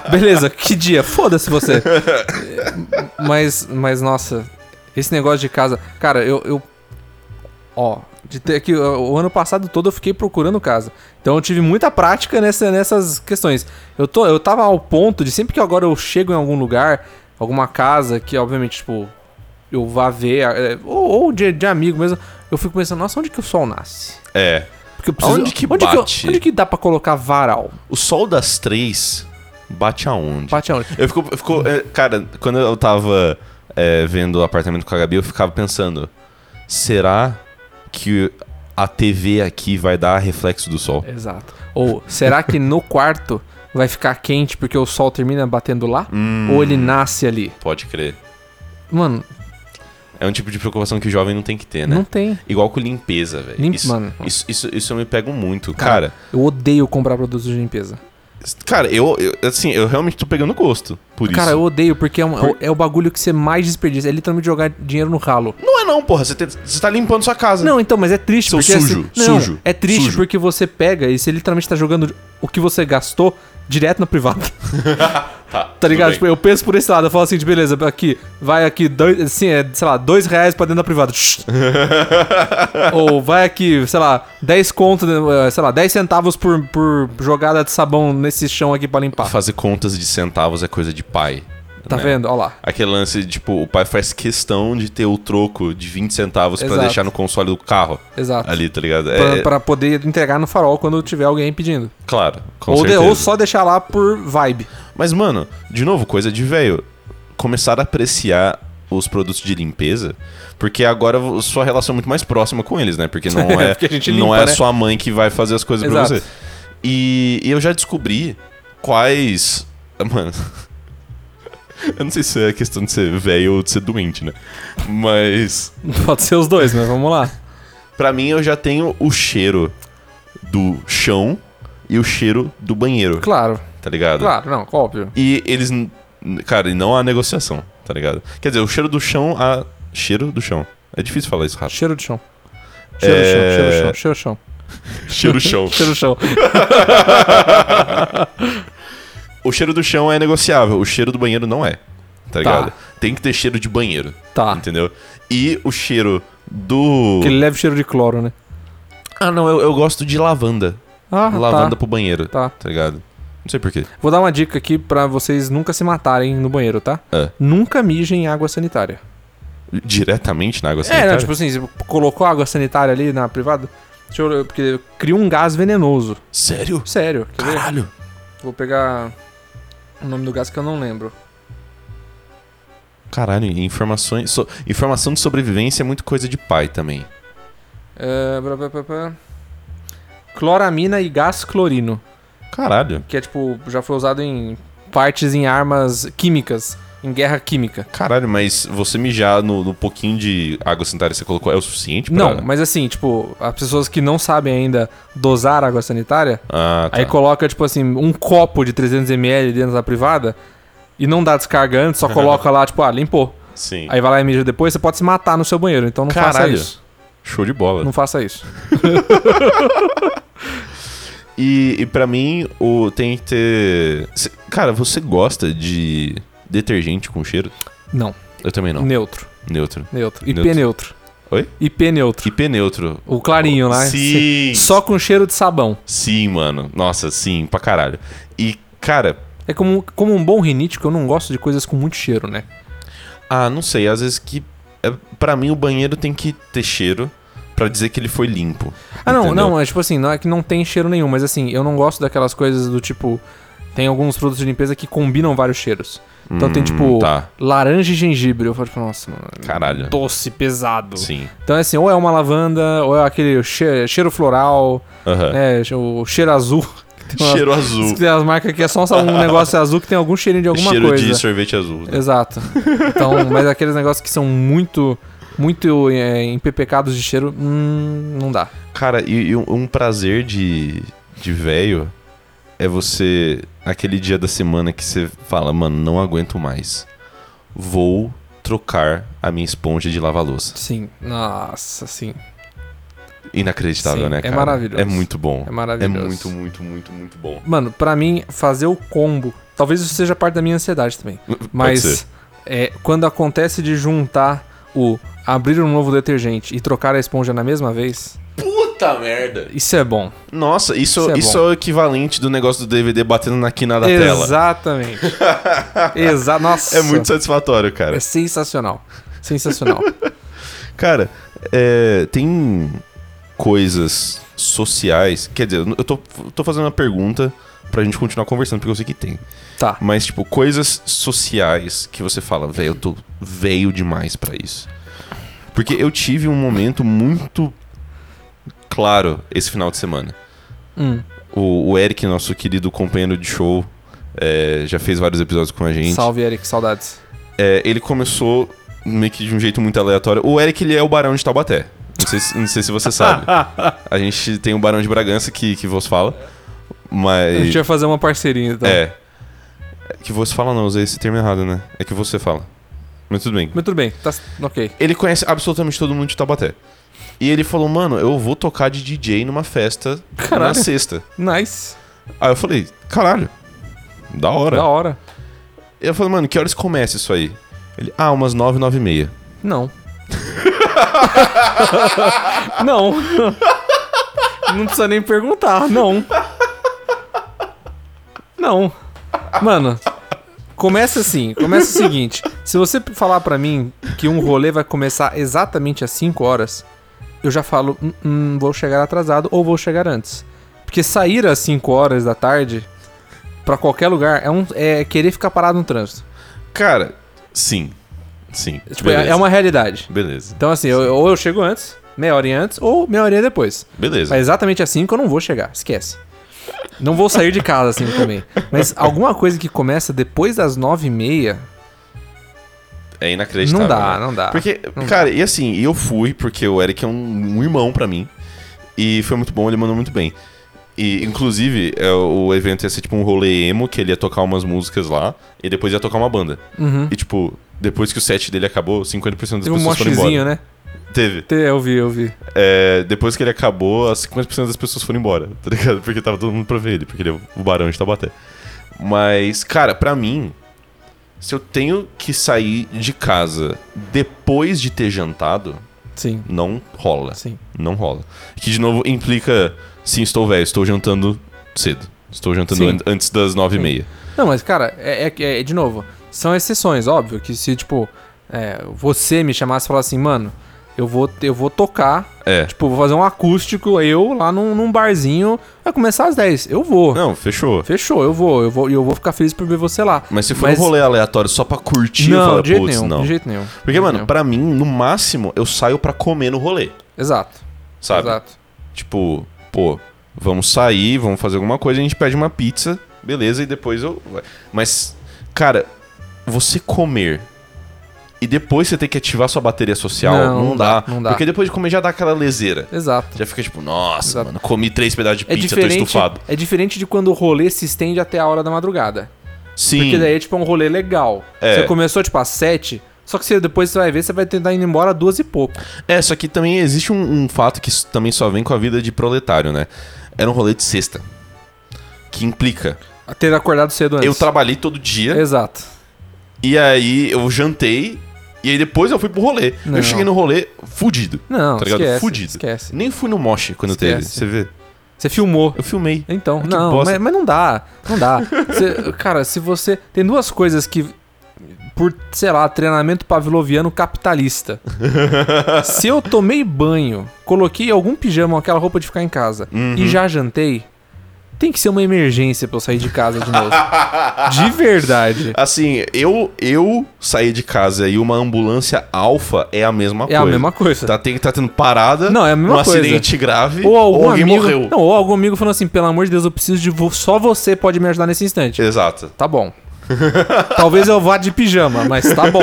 Beleza, que dia? Foda-se você. Mas, mas nossa, esse negócio de casa. Cara, eu. eu- ó, de ter que o ano passado todo eu fiquei procurando casa. Então eu tive muita prática nessa, nessas questões. Eu, tô, eu tava ao ponto de sempre que agora eu chego em algum lugar, alguma casa, que obviamente, tipo, eu vá ver, é, ou, ou de, de amigo mesmo, eu fico pensando, nossa, onde que o sol nasce? É. Porque eu preciso, Aonde que onde eu- bate? onde que dá pra colocar varal? O sol das três bate aonde? Bate aonde? Eu fico, eu fico é, cara, quando eu tava é, vendo o apartamento com a Gabi, eu ficava pensando: será que a TV aqui vai dar reflexo do sol? Exato. Ou será que no quarto vai ficar quente porque o sol termina batendo lá? Ou ele nasce ali? Pode crer. Mano, É um tipo de preocupação que o jovem não tem que ter, né? não tem. Igual com limpeza, velho. Limpa, isso, mano. Isso, isso, isso eu me pego muito. Cara, Eu odeio comprar produtos de limpeza. cara, eu, eu- assim, eu realmente tô pegando gosto por isso. Cara, eu odeio porque é, um- é o bagulho que você mais desperdiça. É literalmente jogar dinheiro no ralo. Não é não, porra. Você, te- você tá limpando sua casa. Não, então, mas é triste Seu porque sujo, assim, não, sujo, é triste sujo. porque você pega e você literalmente tá jogando o que você gastou direto na (laughs) privada. Tá, Tá tudo ligado? bem. Tipo, eu penso por esse lado, eu falo assim, de beleza, aqui, vai aqui, dois, assim, é, sei lá, dois reais pra dentro da (laughs) privada. Ou vai aqui, sei lá, 10 conto, né, sei lá, 10 centavos por, por jogada de sabão nesse chão aqui pra limpar. Fazer contas de centavos é coisa de pai. Tá né? vendo? Olha lá. Aquele lance, tipo, o pai faz questão de ter o troco de 20 centavos pra Exato. deixar no console do carro. Exato. Ali, tá ligado? Pra, É, pra poder entregar no farol quando tiver alguém pedindo. Claro, com Ou, de- certeza. ou só deixar lá por vibe. Mas, mano, de novo, coisa de velho. Começar a apreciar os produtos de limpeza, porque agora vo- sua relação é muito mais próxima com eles, né? (laughs) Porque não é, Porque a gente não limpa, é né? sua mãe que vai fazer as coisas Exato. pra você. E, e eu já descobri quais. (laughs) Mano. eu não sei se é questão de ser velho ou de ser doente, né? Mas. (laughs) Pode ser os dois, mas vamos lá. Pra mim, eu já tenho o cheiro do chão e o cheiro do banheiro, Claro, tá ligado? claro, não, óbvio. E eles. n- Cara, e não há negociação, tá ligado? Quer dizer, o cheiro do chão a. Cheiro do chão. É difícil falar isso (laughs) rápido. Cheiro de chão. Cheiro de chão, É. cheiro de chão, cheiro de chão. Cheiro do chão. Cheiro de chão. o cheiro do chão é negociável, o cheiro do banheiro não é. Tá ligado? Tem que ter cheiro de banheiro. Tá. Entendeu? E o cheiro do. Que ele leva o cheiro de cloro, né? Ah, não, eu, eu gosto de lavanda. Ah, lavanda tá. pro banheiro. Tá. Tá ligado? Não sei porquê. Vou dar uma dica aqui pra vocês nunca se matarem no banheiro, tá? É. Nunca mijem em água sanitária. Diretamente na água É, sanitária? não, tipo assim, você colocou água sanitária ali na privada, deixa eu- porque cria um gás venenoso. Sério? Sério, quer ver? Caralho. Vou pegar o nome do gás que eu não lembro. Caralho, informações. so- informação de sobrevivência é muito coisa de pai também. É, blá, blá, blá, blá. Cloramina e gás clorino, Caralho. que é tipo, já foi usado em partes em armas químicas, em guerra química. Caralho, mas você mijar no, no pouquinho de água sanitária que você colocou é o suficiente pra... Não, mas assim, tipo, as pessoas que não sabem ainda dosar água sanitária, Ah, tá. Aí coloca, tipo assim, um copo de 300ml dentro da privada e não dá descarga antes, só coloca lá, tipo, ah, limpou. Sim. Aí vai lá e mija depois, você pode se matar no seu banheiro. Então não faça Caralho. isso. Show de bola. Não faça isso. E, e para mim, o tem que ter... Cê- Cara, você gosta de detergente com cheiro? Não. Eu também não. Neutro. neutro. Neutro. IP Neutro. neutro. Oi? IP neutro. IP neutro. O clarinho lá. Sim. se- Só com cheiro de sabão. Sim, mano. Nossa, sim, pra caralho. E, cara... É como, como um bom rinítico, eu não gosto de coisas com muito cheiro, né? Ah, não sei. Às vezes que... É, pra mim, o banheiro tem que ter cheiro pra dizer que ele foi limpo. Ah, não, entendeu? não, é tipo assim, não é que não tem cheiro nenhum, mas assim, eu não gosto daquelas coisas do tipo. Tem alguns produtos de limpeza que combinam vários cheiros. Então tem tipo tá. laranja e gengibre. Eu falo, tipo, nossa, mano, Caralho. doce, pesado. Sim. Então é assim, ou é uma lavanda, ou é aquele che- cheiro, floral, Aham. né, o cheiro azul. (laughs) que tem uma- Cheiro diz azul. que tem as marcas que é só (laughs) um negócio azul que tem algum cheirinho de alguma Cheiro coisa. de sorvete azul. né? Exato. Então, mas aqueles negócios que são muito, muito é, empepecados de cheiro, hum, não dá. Cara, e, e um- um prazer de, de velho é você. Aquele dia da semana que você fala, mano, não aguento mais. Vou trocar a minha esponja de lavar louça. Sim. Nossa, sim. Inacreditável, Sim, né, é cara? maravilhoso. É muito bom. É maravilhoso. muito, muito, muito, muito bom. Mano, pra mim, fazer o combo. Talvez isso seja parte da minha ansiedade também. ser. Mas é, quando acontece de juntar o abrir um novo detergente e trocar a esponja na mesma vez, Puta merda! isso é bom. Nossa, isso, Isso isso, é é, bom. o equivalente do negócio do DVD batendo na quina da tela. (laughs) Exatamente. Exa Nossa. É muito satisfatório, cara. É sensacional. Sensacional. Cara, é, tem coisas sociais. Quer dizer, eu tô, tô fazendo uma pergunta pra gente continuar conversando, porque eu sei que tem. tá. Mas, tipo, coisas sociais que você fala, velho, eu tô velho demais pra isso. Porque eu tive um momento muito claro esse final de semana. Hum. O, o Eric, nosso querido companheiro de show, é, já fez vários episódios com a gente. Salve, Eric. Saudades. É, ele começou meio que de um jeito muito aleatório. O Eric, ele é o Barão de Taubaté. Não sei, se- não sei se (laughs) você sabe. A gente tem o Barão de Bragança que, que vos fala. Mas. A gente vai fazer uma parceria então. É. É Que você fala, não, usei esse termo errado, né? É que você fala. Mas tudo bem. Mas tudo bem, tá ok. Ele conhece absolutamente todo mundo de Taubaté. E ele falou, mano, eu vou tocar de DJ numa festa na Caralho. sexta. Nice. Aí eu falei, caralho, da hora. Da hora. Eu falei, mano, que horas começa isso aí? Ele, ah, umas nove, nove e meia. Não. não. Não precisa nem perguntar. Não. Não. Mano, começa assim. Começa o seguinte. Se você falar pra mim que um rolê vai começar exatamente às 5 horas, eu já falo, "Hum, hum, vou chegar atrasado ou vou chegar antes. Porque sair às 5 horas da tarde pra qualquer lugar é, um, é querer ficar parado no trânsito. Cara, sim. Sim. Tipo, é- é uma realidade. Beleza. Então, assim, eu- ou eu chego antes, meia hora antes, ou meia hora depois. Beleza. Mas exatamente assim que eu não vou chegar, esquece. Não vou sair de casa assim também. Mas alguma coisa que começa depois das nove e meia, É não inacreditável. dá, né? não dá. Porque, cara, e assim, eu fui, porque o Eric é um, um irmão pra mim. E foi muito bom, ele mandou muito bem. E, inclusive, é, o evento ia ser tipo um rolê emo, que ele ia tocar umas músicas lá, e depois ia tocar uma banda. E, tipo, depois que o set dele acabou, 50% das Uhum. Teve um pessoas foram mochezinho, embora. né? Teve. Te- Eu vi, eu vi. É, depois que ele acabou, as 50% das pessoas foram embora, tá ligado? Porque tava todo mundo pra ver ele, porque ele é o barão de Tabaté. Mas, cara, pra mim, se eu tenho que sair de casa depois de ter jantado, Sim, não rola. sim. Não rola. Que, de novo, implica, sim, estou velho, estou jantando cedo. Estou jantando Sim. an- antes das nove e meia. Não, mas, cara, é, é, é- de novo, são exceções, óbvio, que se, tipo, é, você me chamasse e falasse assim, mano, eu vou, eu vou tocar, É. tipo, vou fazer um acústico, eu lá num, num barzinho, vai começar às 10, eu vou. Não, fechou. Fechou, eu vou, eu vou, e eu vou ficar feliz por ver você lá. Mas se for um rolê aleatório só pra curtir, eu não, falo, de jeito putz, nenhum, não. de jeito nenhum. Porque, De mano, jeito pra mim, no máximo, eu saio pra comer no rolê, nenhum. exato, sabe? exato. Tipo, pô, vamos sair, vamos fazer alguma coisa, a gente pede uma pizza, beleza, e depois eu. Mas, cara, você comer e depois você ter que ativar sua bateria social, Não, não, não dá, dá, não dá. Porque depois de comer já dá aquela leseira. Exato. Já fica tipo, nossa, Exato. mano, comi três pedaços de É pizza, tô diferente, estufado. é diferente de quando o rolê se estende até a hora da madrugada. Sim. Porque daí é tipo um rolê legal. É. Você começou tipo às 7, só que você, depois você vai ver, você vai tentar ir embora às duas e pouco. É, só que também existe um, um fato que s- também só vem com a vida de proletário, né? Era um rolê de sexta. Que implica. Ter acordado cedo antes. Eu trabalhei todo dia. Exato. E aí eu jantei. E aí depois eu fui pro rolê. Não. Eu cheguei no rolê fudido. Não, tá ligado? esquece, fudido. esquece. Nem fui no moche quando Esquece. teve. Você vê? Você filmou. Eu filmei. Então, É que não, bosta. mas, mas não dá, não (laughs) dá. Você- cara, se você. Tem duas coisas que. Por, sei lá, treinamento pavloviano (laughs) capitalista. se eu Uhum. tomei banho, coloquei algum pijama, aquela roupa de ficar em casa e já jantei, tem que ser uma emergência pra eu sair de casa de novo. de (laughs) verdade. Assim, eu eu sair de casa e uma ambulância alfa é a mesma É coisa. a mesma coisa. Tá, tem que estar tendo parada, Não, é a mesma um coisa. acidente grave, Ou algum alguém amigo. morreu. Não, ou algum amigo falando assim: pelo amor de Deus, eu preciso de. vo- Só você pode me ajudar nesse instante. Exato. Tá (laughs) bom. Talvez eu vá de pijama, mas tá bom.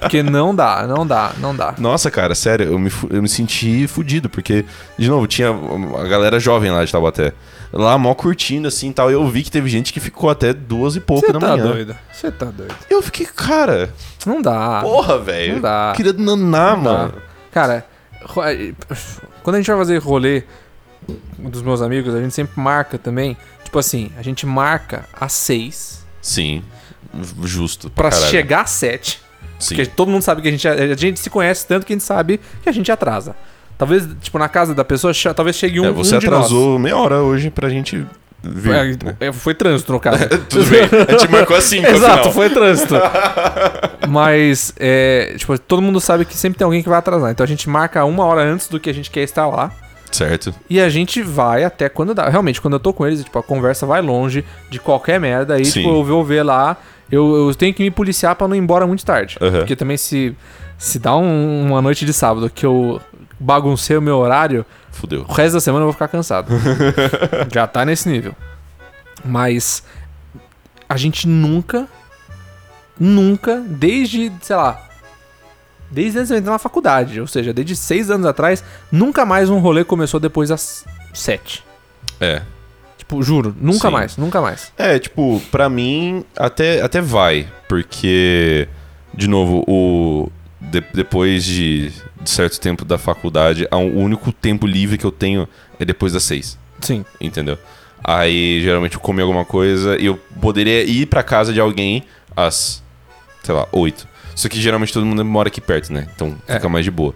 Porque não dá, não dá, não dá. Nossa, cara, sério, eu me, fu- eu me senti fudido, porque, de novo, tinha a galera jovem lá de Taubaté. Lá, mó curtindo, assim, e tal. e Eu vi que teve gente que ficou até duas e pouco Você da tá manhã. doido. Você tá doido. Eu fiquei, cara, Não dá. porra, velho. Ah, não dá. Queria nanar, Não dá. mano. Cara, ro- é, quando a gente vai fazer rolê dos meus amigos, a gente sempre marca também. Tipo assim, a gente marca às seis Sim, justo. pra caralho. chegar às sete. Sim. Porque todo mundo sabe que a gente, a gente se conhece tanto que a gente sabe que a gente atrasa. Talvez, tipo, na casa da pessoa, che- talvez chegue um, É, você um de atrasou meia hora hoje pra gente vir. nós. (laughs) É, é, foi trânsito, no caso. (laughs) Tudo bem, a gente marcou assim, Exato, foi trânsito. Então, (laughs) Mas, é, tipo, todo mundo sabe que sempre tem alguém que vai atrasar. Então a gente marca uma hora antes do que a gente quer estar lá. Certo. E a gente vai até quando dá. Realmente, quando eu tô com eles, tipo, a conversa vai longe de qualquer merda. Aí, Sim. tipo, eu vou ver lá. Eu, eu tenho que me policiar pra não ir embora muito tarde. Aham. Porque também se, se dá um- uma noite de sábado que eu baguncei o meu horário, Fudeu. o resto da semana eu vou ficar cansado. Já tá nesse nível. Mas a gente nunca, nunca, desde, sei lá, desde antes de eu entrar na faculdade, ou seja, desde seis anos atrás, nunca mais um rolê começou depois das sete. É. Tipo, juro, nunca Sim. mais, nunca mais. É, tipo, pra mim até, até vai, porque, de novo, o de- depois de, de certo tempo da faculdade, a- o único tempo livre que eu tenho é depois das seis, Sim. entendeu? Aí, geralmente, eu comi alguma coisa e eu poderia ir pra casa de alguém às, sei lá, oito. Só que geralmente todo mundo mora aqui perto, né? Então É. fica mais de boa.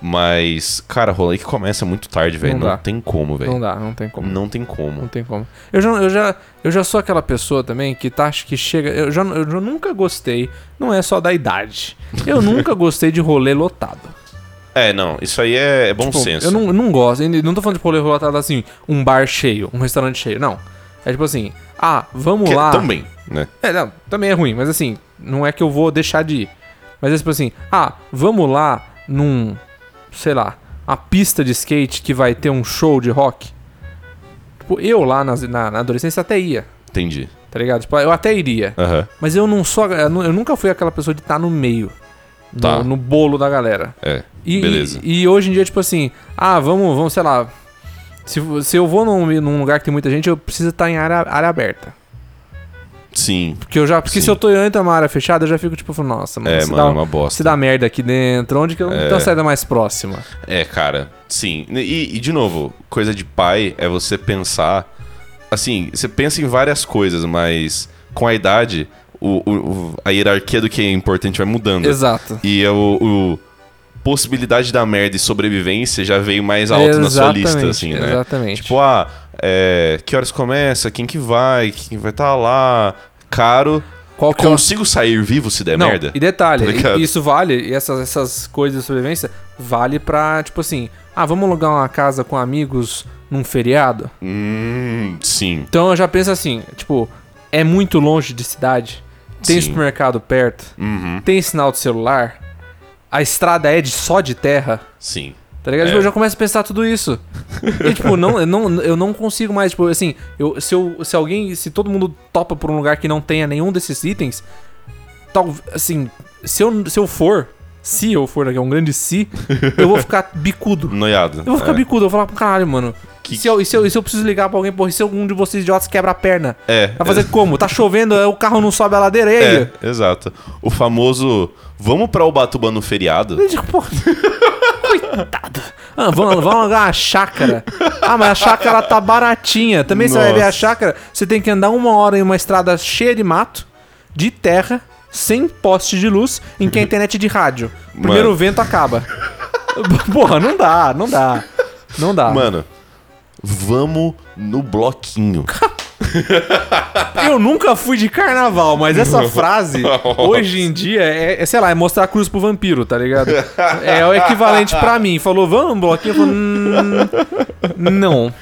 Mas, cara, rolê que começa muito tarde, velho. Não Não, dá. tem como, Não velho. dá, não tem como. Não tem como. Não tem como. Eu já, eu já, eu já sou aquela pessoa também que tá, acho que chega. Eu, já, eu já nunca gostei, não é só da idade. Eu nunca gostei de rolê lotado. É, não. Isso aí é, é bom Tipo, senso. Eu não, não gosto, e não tô falando de rolê lotado assim, um bar cheio, um restaurante cheio, não. É tipo assim, ah, vamos Que lá. Também, né? É, não, também é ruim, mas assim, não é que eu vou deixar de ir. Mas é tipo assim, ah, vamos lá num, sei lá, a pista de skate que vai ter um show de rock. Tipo, eu lá nas- na, na adolescência até ia, Entendi. tá ligado? Tipo, eu até iria. Aham. Mas eu não sou, eu nu- eu nunca fui aquela pessoa de estar no meio, no- Tá. no bolo da galera. É. E, Beleza. E, e hoje em dia, tipo assim, ah, vamos, vamos, sei lá. Se, vo- se eu vou num, num lugar que tem muita gente, eu preciso estar em área, área aberta. Sim. Porque eu já. Porque Sim. se eu tô entra uma área fechada, eu já fico, tipo, falando, nossa, mano, É, se, mano, dá, é uma bosta. se dá merda aqui dentro, onde que eu não tenho a saída mais próxima? É, cara. Sim. E, e, de novo, coisa de pai é você pensar. Assim, você pensa em várias coisas, mas com a idade, o, o- o- a hierarquia do que é importante vai mudando. Exato. E é o, o possibilidade da merda e sobrevivência já veio mais alto na sua lista, Exatamente, assim, né? Exatamente. Tipo, ah, é, que horas começa? Quem que vai? Quem vai estar lá? Caro. Qual que é o. Consigo sair vivo se der Não, merda? E detalhe, Tá ligado? e- isso vale, e essas, essas coisas de sobrevivência, vale pra, tipo assim, ah, vamos alugar uma casa com amigos num feriado? Hum, sim. Então eu já penso assim, tipo, é muito longe de cidade, tem Sim. supermercado perto, Uhum, tem sinal de celular, a estrada é de, só de terra, sim. tá ligado? É. Tipo, eu já começo a pensar tudo isso. E tipo, não, eu, não, eu não consigo mais, tipo, assim, eu, se, eu, se alguém, se todo mundo topa por um lugar que não tenha nenhum desses itens, tal, assim, se eu, se eu for, se eu for, que é um grande se, eu vou ficar bicudo. Noiado. Eu vou ficar é. bicudo, eu vou falar pro caralho, mano. Que- Se, eu, e se, eu, e se eu preciso ligar pra alguém, porra, e se algum de vocês idiotas quebra a perna? É, Vai fazer como? Tá chovendo, é, o carro não sobe a ladeira, e aí? É, exato. O famoso vamos pra Ubatuba no feriado? Eu digo, tipo, (laughs) porra. Coitado. Ah, vamos, vamos alugar uma chácara. Ah, mas a chácara ela tá baratinha. Também você vai ver a Nossa. chácara, você tem que andar uma hora em uma estrada cheia de mato, de terra, sem poste de luz, em que a internet é de rádio. Primeiro Mano. vento acaba. porra, não dá, não dá. Não dá. Mano, vamos no bloquinho. Eu nunca fui de carnaval, mas (laughs) essa frase, hoje em dia, é, é, sei lá, é mostrar a cruz pro vampiro, tá ligado? É o equivalente pra mim. Falou, vamos, bloquinho? Eu falo, hum, não.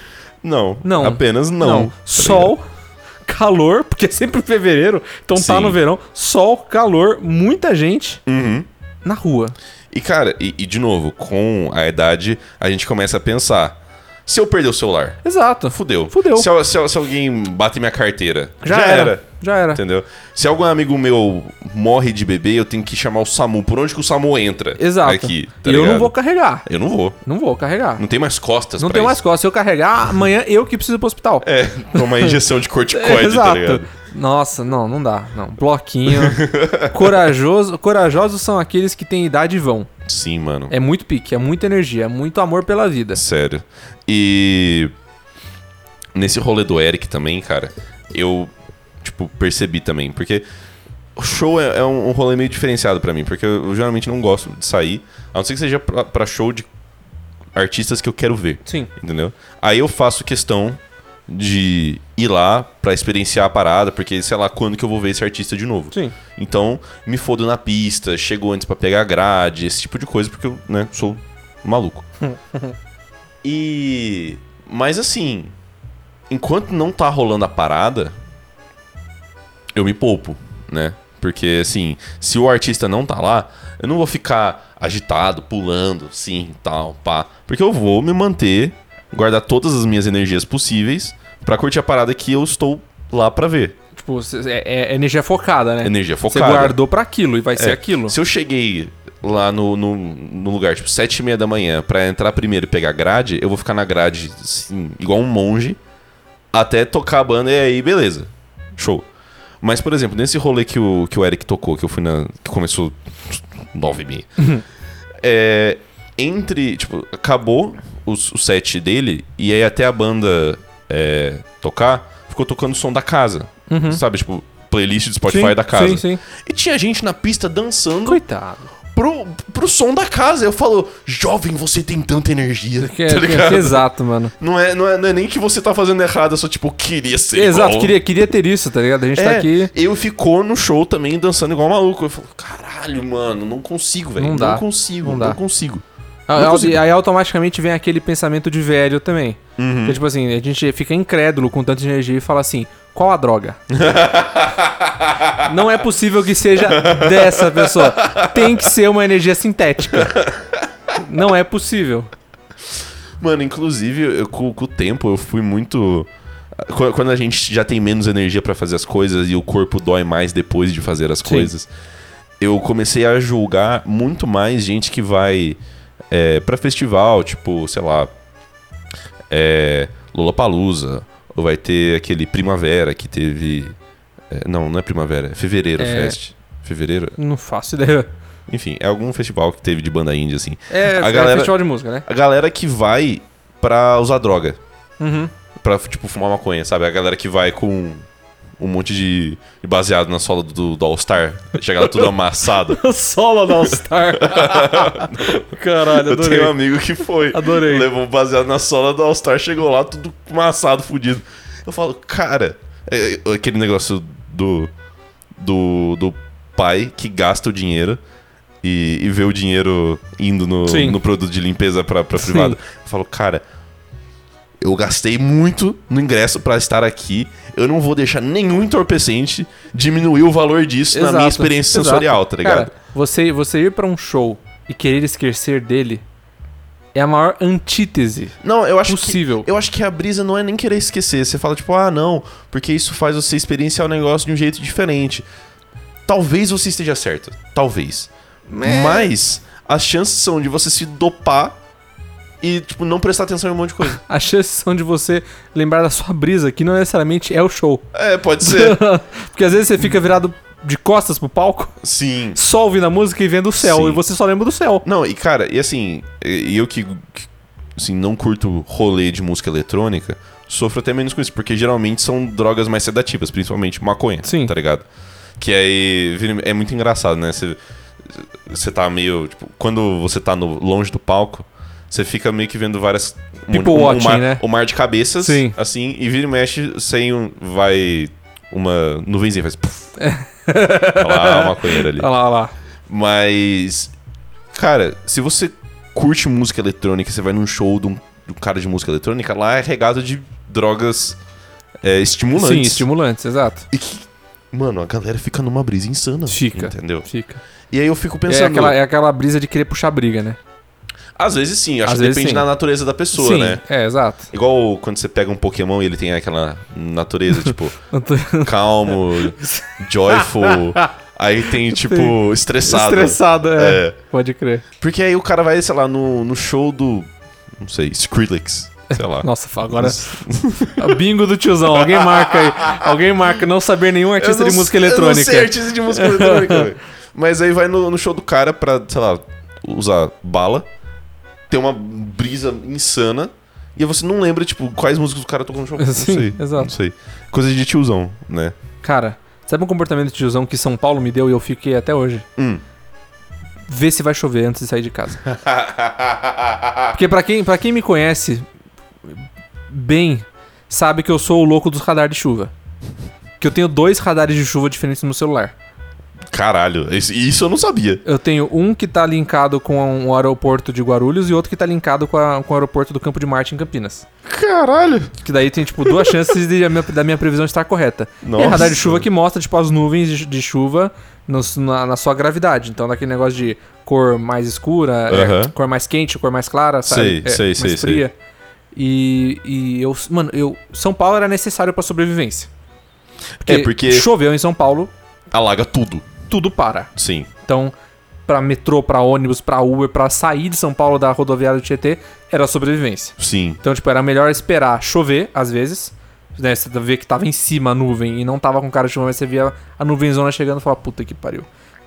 Não. Não. Apenas não. tá Sol, calor, porque é sempre fevereiro, então tá Sim. no verão. Sol, calor, muita gente Uhum. na rua. E, cara, e, e, de novo, com a idade, a gente começa a pensar. Se eu perder o celular, Exato. fudeu. Fudeu. Se, al- se al- se alguém bate minha carteira, Já, era. Já era. Entendeu? Se algum amigo meu morre de bebê, eu tenho que chamar o SAMU. Por onde que o SAMU entra? Exato. Aqui, tá eu não ligado? vou carregar. Eu não vou. Não vou carregar. Não tem mais costas Não pra tenho mais isso. costas. Se eu carregar, amanhã eu que preciso ir pro hospital. É, tomar injeção de (laughs) corticoide, tá ligado? Nossa, não, não dá. Não. Bloquinho. Corajoso, corajosos são aqueles que têm idade e vão. Sim, mano. É muito pique, é muita energia, é muito amor pela vida. Sério. E nesse rolê do Eric também, cara, eu, tipo, percebi também, porque o show é, é um um rolê meio diferenciado pra mim, porque eu, eu geralmente não gosto de sair, a não ser que seja pra, pra show de artistas que eu quero ver, Sim. entendeu? Aí eu faço questão de ir lá pra experienciar a parada, porque sei lá quando que eu vou ver esse artista de novo. Sim. Então, me fodo na pista, chego antes pra pegar grade, esse tipo de coisa, porque eu, né, sou (laughs) maluco. e. Mas assim, enquanto não tá rolando a parada, eu me poupo, né? Porque assim, se o artista não tá lá, eu não vou ficar agitado, pulando, sim, tal, pá. Porque eu vou me manter, guardar todas as minhas energias possíveis pra curtir a parada que eu estou lá pra ver. Tipo, cê- é, é energia focada, né? Energia Você focada. guardou pra aquilo e vai ser É, aquilo. Se eu cheguei lá no, no, no lugar, tipo, sete e meia da manhã, pra entrar primeiro e pegar grade, eu vou ficar na grade, assim, igual um monge, até tocar a banda e aí, beleza. Show. Mas, por exemplo, nesse rolê que o, que o Eric tocou, que eu fui na. que começou nove e meia. (laughs) é, entre. Tipo, acabou os- o set dele, e aí até a banda é, tocar, ficou tocando o som da casa. Sabe, tipo, playlist do Spotify Uhum. Sim, da casa. sim, sim. E tinha gente na pista dançando Coitado. pro, pro som da casa. Eu falo, jovem, você tem tanta energia. Que é, tá que é- ligado? que é exato, mano. Não, é, não, é, não é nem que você tá fazendo errado, eu só tipo, queria ser. Exato, igual. queria, queria ter isso, tá ligado? A gente tá É, aqui. Eu ficou no show também dançando igual um maluco. Eu falo, caralho, mano, não consigo, velho. Não dá. consigo, Não não, dá. consigo. Aí, Não consigo. aí automaticamente vem aquele pensamento de velho também. Uhum. Que é tipo assim, a gente fica incrédulo com tanta energia e fala assim: qual a (laughs) droga? Não é possível que seja dessa pessoa. Tem que ser uma energia sintética. Não é possível. Mano, inclusive, eu- com, com o tempo eu fui muito. Qu- Quando a gente já tem menos energia pra fazer as coisas e o corpo dói mais depois de fazer as coisas, eu comecei a julgar muito mais gente que vai é, pra festival, tipo, sei lá, é, Lollapalooza, ou vai ter aquele Primavera que teve. é, não, não é Primavera, é Fevereiro É. Fest. Fevereiro? Não faço ideia. Enfim, é algum festival que teve de banda indie, assim. É, A é galera- festival de música, né? A galera que vai pra usar droga. Uhum. Pra, tipo, fumar maconha, sabe? A galera que vai com um monte de de baseado na sola do, do All-Star. Chega (laughs) lá tudo amassado. (laughs) Solo da All (laughs) Star. Caralho, Eu tenho adorei. um amigo que foi. Adorei. Levou baseado na sola do All-Star, chegou lá tudo amassado, fudido. Eu falo, cara, é, é, aquele negócio do, do, do pai que gasta o dinheiro e, e vê o dinheiro indo no, Sim. no produto de limpeza pra, pra Sim. privada. Eu falo, cara, eu gastei muito no ingresso pra estar aqui. Eu não vou deixar nenhum entorpecente diminuir o valor disso na minha Exato, experiência exato. sensorial, tá ligado? Cara, você, você ir pra um show e querer esquecer dele é a maior antítese. Não, eu acho Possível. que eu acho que a brisa não é nem querer esquecer. Você fala tipo, ah, não, porque isso faz você experienciar o negócio de um jeito diferente. Talvez você esteja certo, talvez. É. Mas as chances são de você se dopar e tipo não prestar atenção em um monte de coisa. A chance são de você lembrar da sua brisa, que não necessariamente é o show. é, pode ser. (laughs) Porque às vezes você fica virado de costas pro palco, (laughs) Sim. só ouvindo a música e vendo o céu, Sim. e você só lembra do céu. Não, e cara, e assim, e- eu que, que, assim, não curto rolê de música eletrônica, sofro até menos com isso, porque geralmente são drogas mais sedativas, principalmente maconha, Sim. tá ligado? Que aí vira- é muito engraçado, né? Você, você tá meio, tipo, quando você tá no, longe do palco, você fica meio que vendo várias um- People um, watching, mar, né? o mar de cabeças, Sim. assim, e vira e mexe, sem um, vai uma (laughs) nuvenzinha faz puff. Tá lá, a maconheira ali. Olha lá, olha lá. Mas, cara, se você curte música eletrônica, você vai num show de um um cara de música eletrônica, lá é regado de drogas é, estimulantes. Sim, estimulantes, exato. E que- mano, a galera fica numa brisa insana. Fica. Entendeu? Fica. E aí eu fico É pensando. aquela, é aquela brisa de querer puxar briga, né? Às vezes sim, acho Às que vezes, depende sim. da natureza da pessoa, Sim, né? é, exato. (laughs) Igual quando você pega um Pokémon e ele tem aquela natureza, (laughs) tipo, Tanto- calmo, (laughs) joyful. Aí tem, tipo, estressado. Estressada, é. É. Pode crer. Porque aí o cara vai, sei lá, no, no show do. Não sei, Skrillex. (laughs) Sei lá. Nossa, fa- agora. É Bingo do tiozão. Alguém marca aí. Alguém marca. Não saber nenhum Eu artista não de música sei- eletrônica. Eu não sei artista (laughs) de música eletrônica, velho. Mas aí vai no, no show do cara pra, sei lá, usar bala, ter uma brisa insana, e aí você não lembra, tipo, quais músicas o cara tocou no show. não Sim, sei, exato. Não sei. Coisa de tiozão, né? Cara, sabe um comportamento de tiozão que São Paulo me deu e eu fiquei até hoje? Hum. Ver se vai chover antes de sair de casa. Porque pra quem, pra quem me conhece bem, sabe que eu sou o louco dos radares de chuva. Que eu tenho dois radares de chuva diferentes no meu celular. Caralho, esse- isso eu não sabia. Eu tenho um que tá linkado com o aeroporto de Guarulhos e outro que tá linkado com, a- com o aeroporto do Campo de Marte em Campinas. Caralho. Que daí tem, tipo, duas chances de a minha- da minha previsão estar correta. E é Nossa. radar de chuva que mostra, tipo, as nuvens de, de chuva nos- na, na sua gravidade. Então, naquele negócio de cor mais escura, é, Aham. cor mais quente, cor mais clara, sabe? Sei, É, sei, mais sei, sei. fria. E, e eu... Mano, eu... São Paulo era necessário pra sobrevivência. É, porque- Choveu em São Paulo, Alaga tudo. tudo para. Sim. Então, pra metrô, pra ônibus, pra Uber, pra sair de São Paulo da rodoviária do Tietê, era sobrevivência. Sim. Então, tipo, era melhor esperar chover, às vezes. Né, você vê que tava em cima a nuvem e não tava com cara de chuva, mas você via a nuvenzona chegando e fala, puta que pariu.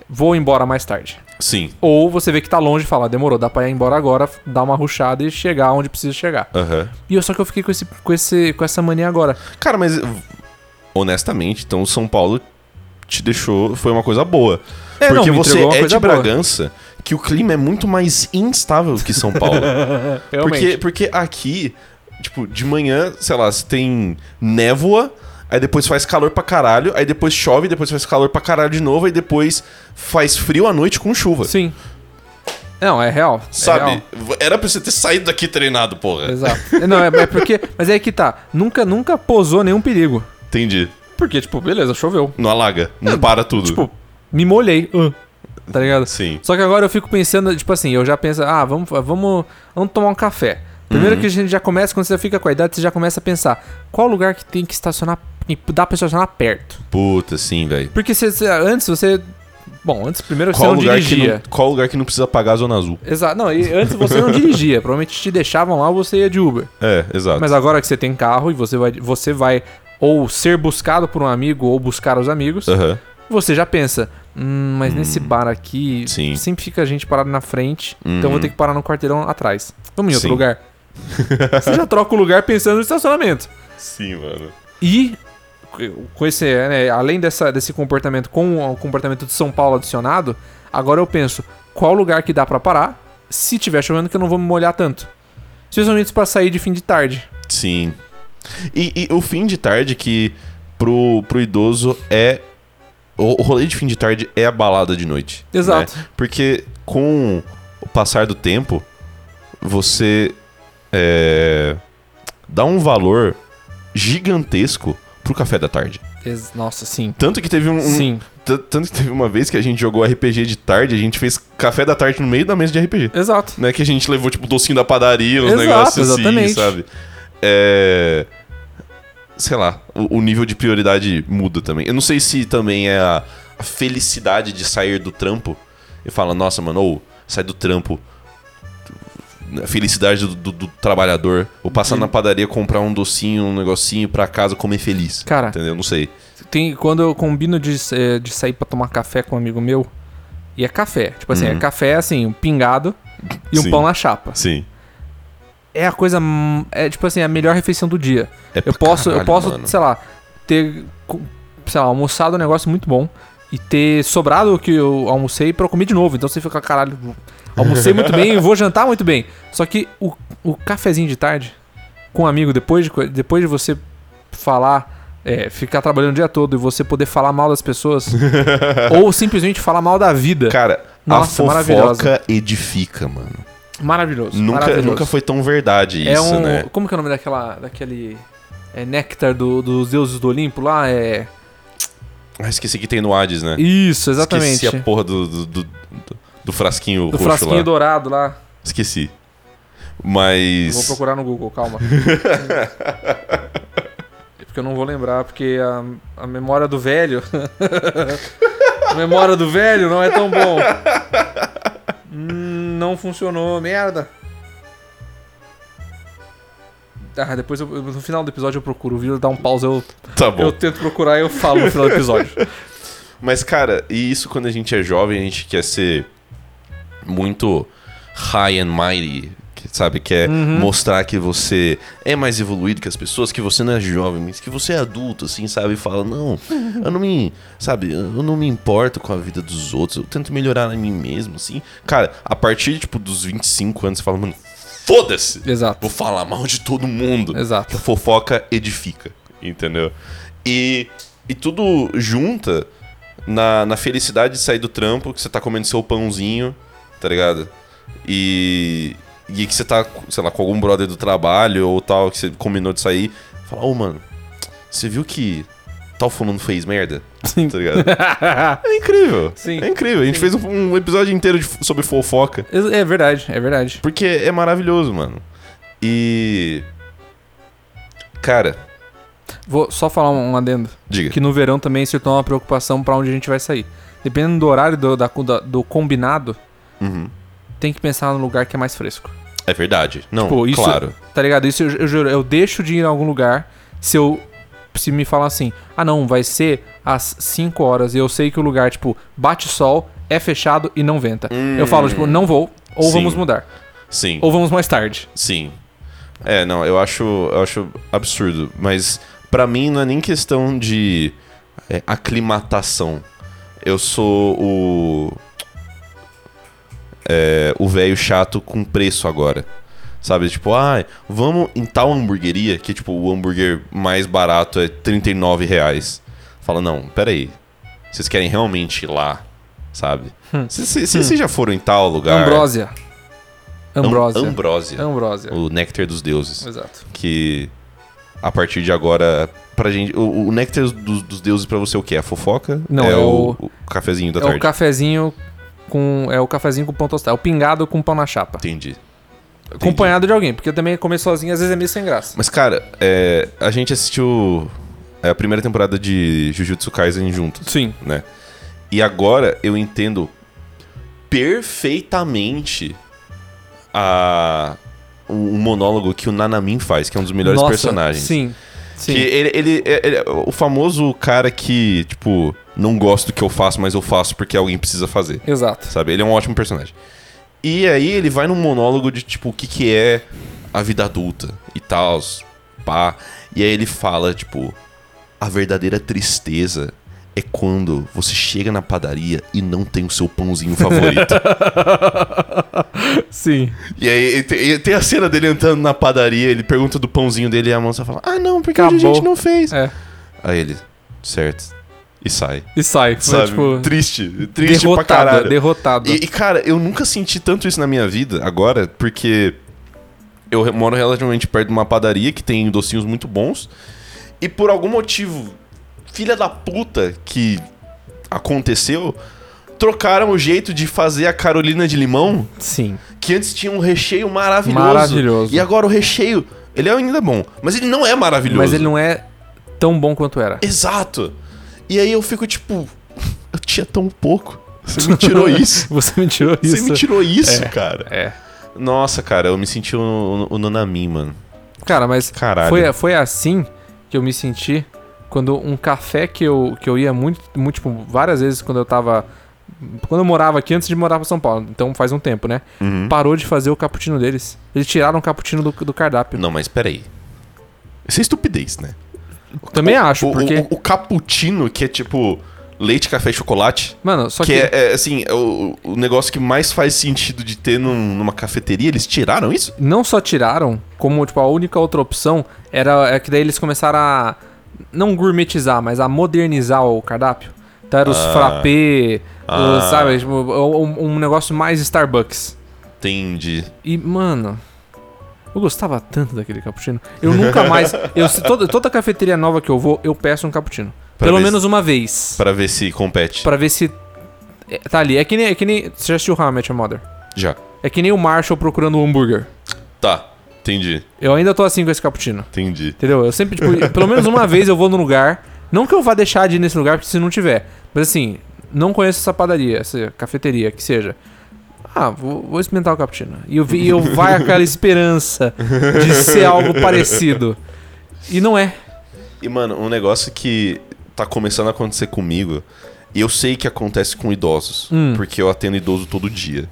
Vou embora mais tarde. Sim. Ou você vê que tá longe e fala, demorou, dá pra ir embora agora, dar uma ruchada e chegar onde precisa chegar. Aham. E eu só que eu fiquei com, esse, com, esse, com essa mania agora. Cara, mas honestamente, então o São Paulo te deixou. Foi uma coisa boa. É, não, porque me você entregou uma é coisa de boa. Bragança, que o clima é muito mais instável que São (laughs) Paulo. porque, Realmente. porque aqui, tipo, de manhã, sei lá, se tem névoa. Aí depois faz calor pra caralho, aí depois chove, depois faz calor pra caralho de novo, aí depois faz frio à noite com chuva. Sim. Não, é real. é real. Sabe? Era pra você ter saído daqui treinado, porra. Exato. (laughs) Não, é, é porque. Mas é aí que tá. Nunca, nunca posou nenhum perigo. Entendi. Porque, tipo, beleza, choveu. Não alaga, não para tudo. Tipo, me molhei. Ah, Tá ligado? Sim. Só que agora eu fico pensando, tipo assim, eu já penso, ah, vamos, vamos, vamos tomar um café. Primeiro que a gente já começa, quando você fica com a idade, você já começa a pensar qual lugar que tem que estacionar, que dá pra estacionar perto. Puta, sim, velho. Porque você, você- antes você. Bom, antes primeiro você Qual não lugar, que dirigia. não, qual lugar que não precisa pagar a Zona Azul? Exato, não, e antes você não dirigia, provavelmente te deixavam lá ou você ia de Uber. É, exato. Mas agora que você tem carro e você vai, você vai ou ser buscado por um amigo ou buscar os amigos, Aham. você já pensa, hum, mas nesse bar aqui Sim. Hum. sempre fica a gente parada na frente, então eu vou ter que parar no quarteirão atrás. Vamos em outro Sim. (laughs) lugar. você já troca o lugar pensando no estacionamento. Sim, mano. E com esse, né, além dessa, desse comportamento com o comportamento de São Paulo adicionado, agora eu penso qual lugar que dá pra parar se tiver chovendo que eu não vou me molhar tanto. Especialmente pra sair de fim de tarde. Sim. E, e o fim de tarde que pro, pro idoso é. O o rolê de fim de tarde é a balada de noite. Exato. né? Porque com o passar do tempo, você é, dá um valor gigantesco pro café da tarde. Ex- Nossa, sim. Tanto que teve um, um- Sim, T- Tanto que teve uma vez que a gente jogou RPG de tarde, a gente fez café da tarde no meio da mesa de RPG. exato. Né? Que a gente levou, tipo, docinho da padaria, uns Exato, negócios assim, exatamente. sabe? É... Sei lá, o, o nível de prioridade muda também. Eu não sei se também é a, a felicidade de sair do trampo. E fala, nossa, mano, ou sai do trampo. A felicidade do, do- do trabalhador. Ou passar na padaria, comprar um docinho, um negocinho pra casa, comer feliz. Cara. Entendeu? Não sei. Tem, quando eu combino de, eh, de sair pra tomar café com um amigo meu, e é café. Tipo assim, é café, assim, um pingado e um Sim. pão na chapa. Sim. É a coisa. hum, É tipo assim, a melhor refeição do dia. É eu pra posso, eu caralho, posso, mano. sei lá, ter. co- Sei lá, almoçado um negócio muito bom. E ter sobrado o que eu almocei pra eu comer de novo. Então você fica, caralho, almocei muito bem e vou jantar muito bem. Só que o, o cafezinho de tarde, com um amigo, depois de, co- depois de você falar, é, ficar trabalhando o dia todo e você poder falar mal das (laughs) pessoas, ou simplesmente falar mal da vida. Cara, Nossa, é a maravilhosa. fofoca edifica, mano. Maravilhoso. Nunca, maravilhoso. nunca foi tão verdade é isso, um, né? Como que é o nome daquela, daquele é, néctar do- dos deuses do Olimpo lá? É. Ah, esqueci que tem no Hades, né? Isso, exatamente. Esqueci a porra do, do, do, do frasquinho do roxo frasquinho lá. dourado lá. Esqueci. Vou Mas. procurar no Google, (laughs) calma. porque eu não vou lembrar, porque a, a memória do velho. (laughs) a memória do velho não é tão bom. Hum, não funcionou, merda. Ah, depois eu- eu- no final do episódio eu procuro. O vídeo dá um pause, eu, Tá bom. eu tento procurar e eu falo no final do episódio. Mas, cara, e isso quando a gente é jovem, a gente quer ser muito high and mighty, que- sabe? Quer mostrar que você é mais evoluído que as pessoas, que você não é jovem, mas que você é adulto, assim, sabe? E fala, não, eu não me, sabe? Eu não me importo com a vida dos outros, eu tento melhorar a mim mesmo, assim. Cara, a partir, tipo, dos 25 anos, você fala, mano, foda-se! Exato. (laughs) Vou falar mal de todo mundo. Exato. Fofoca edifica, entendeu? E, e tudo junta na, na felicidade de sair do trampo, que você tá comendo seu pãozinho, tá ligado? E, e que você tá, sei lá, com algum brother do trabalho ou tal, que você combinou de sair. Fala, ô mano, você viu que tal fulano fez merda? Sim. (laughs) Tá ligado? É incrível. Sim. É incrível. A gente fez um, um episódio inteiro de- sobre fofoca. É verdade, é verdade. Porque é maravilhoso, mano. E. Cara, Vou só falar um um adendo. diga. que no verão também se torna uma preocupação pra onde a gente vai sair. Dependendo do horário do, da- da- do combinado, Uhum. tem que pensar no lugar que é mais fresco. É verdade. Não, Pô, isso- claro. Tá ligado? Isso eu, eu juro, eu deixo de ir em algum lugar se eu se me falar assim: "Ah, não, vai ser às 5 horas" e eu sei que o lugar tipo bate sol, é fechado e não venta. Eu falo tipo, não vou ou Sim. vamos mudar, Sim, ou vamos mais tarde. sim. É, não, eu acho, eu acho absurdo. Mas pra mim não é nem questão de é, aclimatação. Eu sou o. É, o velho chato com preço agora. Sabe, tipo, ah, vamos em tal hamburgueria que, tipo, o hambúrguer mais barato é R$ 39 reais. Fala, não, peraí. Vocês querem realmente ir lá, sabe? Vocês- Vocês vocês já foram em tal lugar? Hum. Ambrósia. Ambrósia. Am- Ambrósia. Ambrósia. O néctar dos deuses. Exato. Que a partir de agora, pra gente. O, o néctar dos, dos deuses pra você é o que? A fofoca? Não, é, é o, o- o cafezinho da É tarde. o cafezinho com é o cafezinho com pão tostado, é o pingado com pão na chapa. Entendi. Entendi. Acompanhado de alguém, porque também comer sozinho às vezes é meio sem graça. Mas, cara, é, a gente assistiu é, a primeira temporada de Jujutsu Kaisen juntos, Sim. né? E agora eu entendo perfeitamente a, o, o monólogo que o Nanamin faz, que é um dos melhores personagens. Sim. Sim. Que ele, ele- é, ele- o famoso cara que, tipo, não gosto do que eu faço, mas eu faço porque alguém precisa fazer. Exato. Sabe? Ele é um ótimo personagem. E aí ele vai num monólogo de, tipo, o que, que é a vida adulta e tal, pá. E aí ele fala, tipo, a verdadeira tristeza é quando você chega na padaria e não tem o seu pãozinho favorito. (laughs) Sim. E aí e te- e tem a cena dele entrando na padaria, ele pergunta do pãozinho dele e a moça fala: Ah, não, porque hoje a Acabou. gente não fez. É. Aí ele, certo. E sai. E sai. Foi, Sabe? tipo, triste. Triste pra derrotado. caralho. Derrotado. E, e, cara, eu nunca senti tanto isso na minha vida agora, porque eu re- moro relativamente perto de uma padaria que tem docinhos muito bons. E por algum motivo, filha da puta que aconteceu, trocaram o jeito de fazer a Carolina de limão Sim. que antes tinha um recheio maravilhoso. Maravilhoso. E agora o recheio, ele é ainda bom, mas ele não é maravilhoso. Mas ele não é tão bom quanto era. Exato. E aí eu fico tipo, (laughs) eu tinha tão pouco. Você (laughs) me tirou isso. Você me tirou Você isso. me tirou isso, cara. É. Nossa, cara, eu me senti o, o, o Nonami, mano. Cara, mas Caralho. foi, foi assim que eu me senti quando um café que eu, que eu ia muito, muito, tipo, várias vezes quando eu tava. Quando eu morava aqui, antes de morar pra São Paulo, então faz um tempo, né? Uhum. Parou de fazer o cappuccino deles. Eles tiraram o cappuccino do, do cardápio. Não, mas peraí. Isso é estupidez, né? Também O- acho, o, porque. O, o cappuccino, que é tipo leite, café e chocolate, Mano, só que que. é, é, assim, é o, o negócio que mais faz sentido de ter num- numa cafeteria, eles tiraram isso? não só tiraram, como tipo, a única outra opção era é que daí eles começaram a não gourmetizar, mas a modernizar o cardápio. Então era os frappé, os, Ah. sabe, tipo, um, um negócio mais um Starbucks. entende. E, mano, eu gostava tanto daquele cappuccino. Eu nunca mais. eu, se- toda, toda cafeteria nova que eu vou, eu peço um cappuccino. Pra Pelo ver se- menos uma vez. Pra ver se compete. Pra ver se. é, Tá ali. É que nem. É que nem você já assistiu How I Met Your Mother? Já. É que nem o Marshall procurando o hambúrguer. Tá. Entendi. Eu ainda tô assim com esse cappuccino. Entendi. Entendeu? Eu sempre, tipo, pelo menos (laughs) uma vez eu vou num lugar. Não que eu vá deixar de ir nesse lugar, porque se não tiver. Mas assim, não conheço essa padaria, essa cafeteria, que seja. Ah, vou, vou experimentar o cappuccino. E eu, vi- e eu vai (laughs) aquela esperança de ser algo parecido. E não é. E, mano, um negócio que tá começando a acontecer comigo, e eu sei que acontece com idosos, Hum. porque eu atendo idoso todo dia,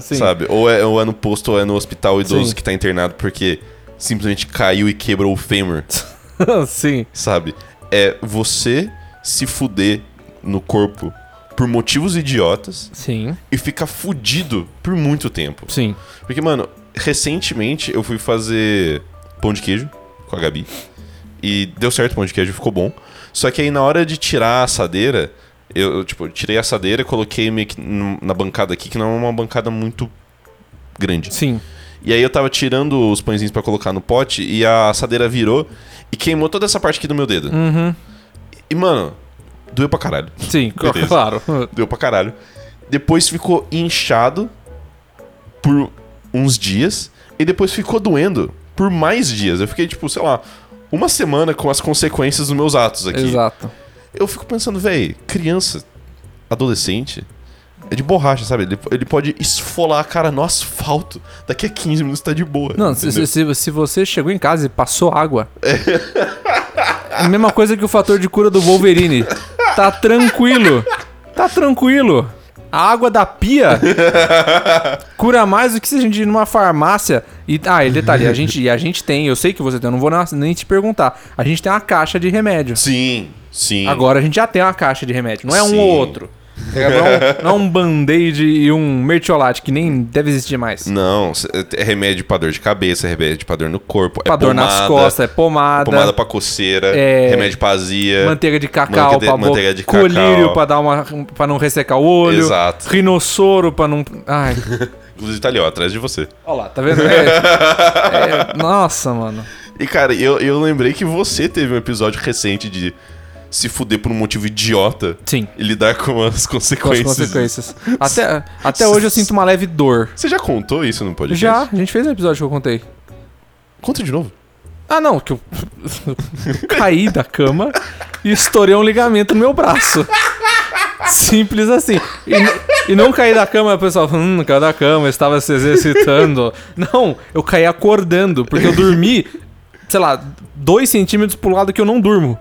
Sim. sabe? Ou é, ou é no posto ou é no hospital o idoso Sim. que tá internado porque simplesmente caiu e quebrou o (laughs) fêmur, Sim. sabe? É você se fuder no corpo por motivos (laughs) idiotas Sim. e ficar fudido por muito tempo. Sim. Porque, mano, recentemente eu fui fazer pão de queijo com a Gabi. E deu certo o pão de queijo, ficou bom. Só que aí na hora de tirar a assadeira, eu, eu, tipo, eu tirei a assadeira e coloquei meio que num- na bancada aqui, que não é uma bancada muito grande. Sim. E aí eu tava tirando os pãezinhos pra colocar no pote e a assadeira virou e queimou toda essa parte aqui do meu dedo. Uhum. E, mano, doeu pra caralho. Sim, Beleza. claro. Deu pra caralho. Depois ficou inchado por uns dias. E depois ficou doendo por mais dias. Eu fiquei, tipo, sei lá, uma semana com as consequências dos meus atos aqui. Exato. Eu fico pensando, véi, criança, adolescente, é de borracha, sabe? Ele, ele pode esfolar a cara no asfalto. Daqui a 15 minutos tá de boa. Não, se, entendeu? se- se- se você chegou em casa e passou água. É a mesma coisa que o fator de cura do Wolverine. Tá tranquilo. Tá tranquilo. A água da pia cura mais do que se a gente ir numa farmácia. E, ah, e detalhe, a gente, e a gente tem, eu sei que você tem, eu não vou na- nem te perguntar. A gente tem uma caixa de remédio. Sim, sim. Agora a gente já tem uma caixa de remédio, não é um Sim. ou outro. Não é um, não é um band-aid e um mertiolate, que nem deve existir mais. Não, cê- é remédio pra dor de cabeça, é remédio pra dor no corpo, pra é dor pomada, nas costas, é pomada, Pomada pra coceira, É. remédio pra azia. manteiga de cacau manteiga de- pra boca, manteiga de cacau. colírio pra dar uma para não ressecar o olho, Exato. rinossoro pra não, ai, Inclusive tá ali, ó, atrás de você. olha lá, tá vendo? É- é- nossa, mano. E, cara, eu, eu lembrei que você teve um episódio recente de se fuder por um motivo idiota Sim. e lidar com as Com as consequências. consequências. Até, até hoje eu sinto uma leve dor. Você já contou isso no podcast? Já, a gente fez um episódio que eu contei. Conta de novo. Ah, não, que eu (laughs) caí da cama e estourei um ligamento no meu braço. Simples assim. E, n- e não caí da cama, o pessoal, hum, caiu da cama, estava se exercitando. Não, eu caí acordando, porque eu dormi, sei lá, dois centímetros pro lado que eu não durmo.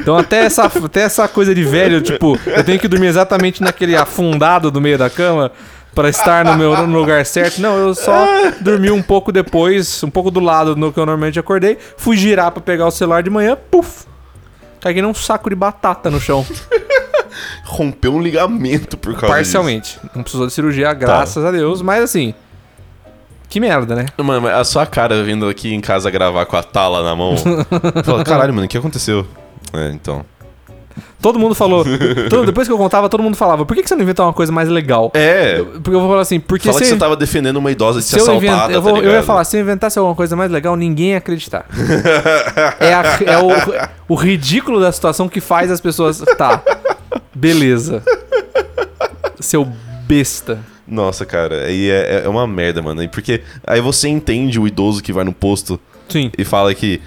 Então até essa, até essa coisa de velho, tipo, eu tenho que dormir exatamente naquele afundado do meio da cama pra estar no meu no lugar certo. Não, eu só dormi um pouco depois, um pouco do lado do que eu normalmente acordei, fui girar pra pegar o celular de manhã, puf. Caguei num saco de batata no chão, Rompeu um ligamento por causa Tá. parcialmente. Não precisou de cirurgia, graças a Deus, mas assim, que merda, né? disso. Mano, mas a sua cara vindo aqui em casa gravar com a tala (laughs) na mão. Fala, caralho, mano, o que aconteceu? É, então. Todo mundo falou, todo- depois que eu contava, todo mundo falava, por que que você não inventou uma coisa mais legal? É. Porque eu vou falar assim, porque Fala você que você tava defendendo uma idosa de Se ser eu, assaltada, invent... eu, vou- tá eu ia ligado? falar, se eu inventasse alguma coisa mais legal, ninguém ia (laughs) acreditar. é a- é o, o ridículo da situação que faz as pessoas. Tá. Beleza. Seu besta. Nossa, cara, aí é, é- é uma merda, mano. E Porque aí você entende o idoso que vai no posto Sim. e fala que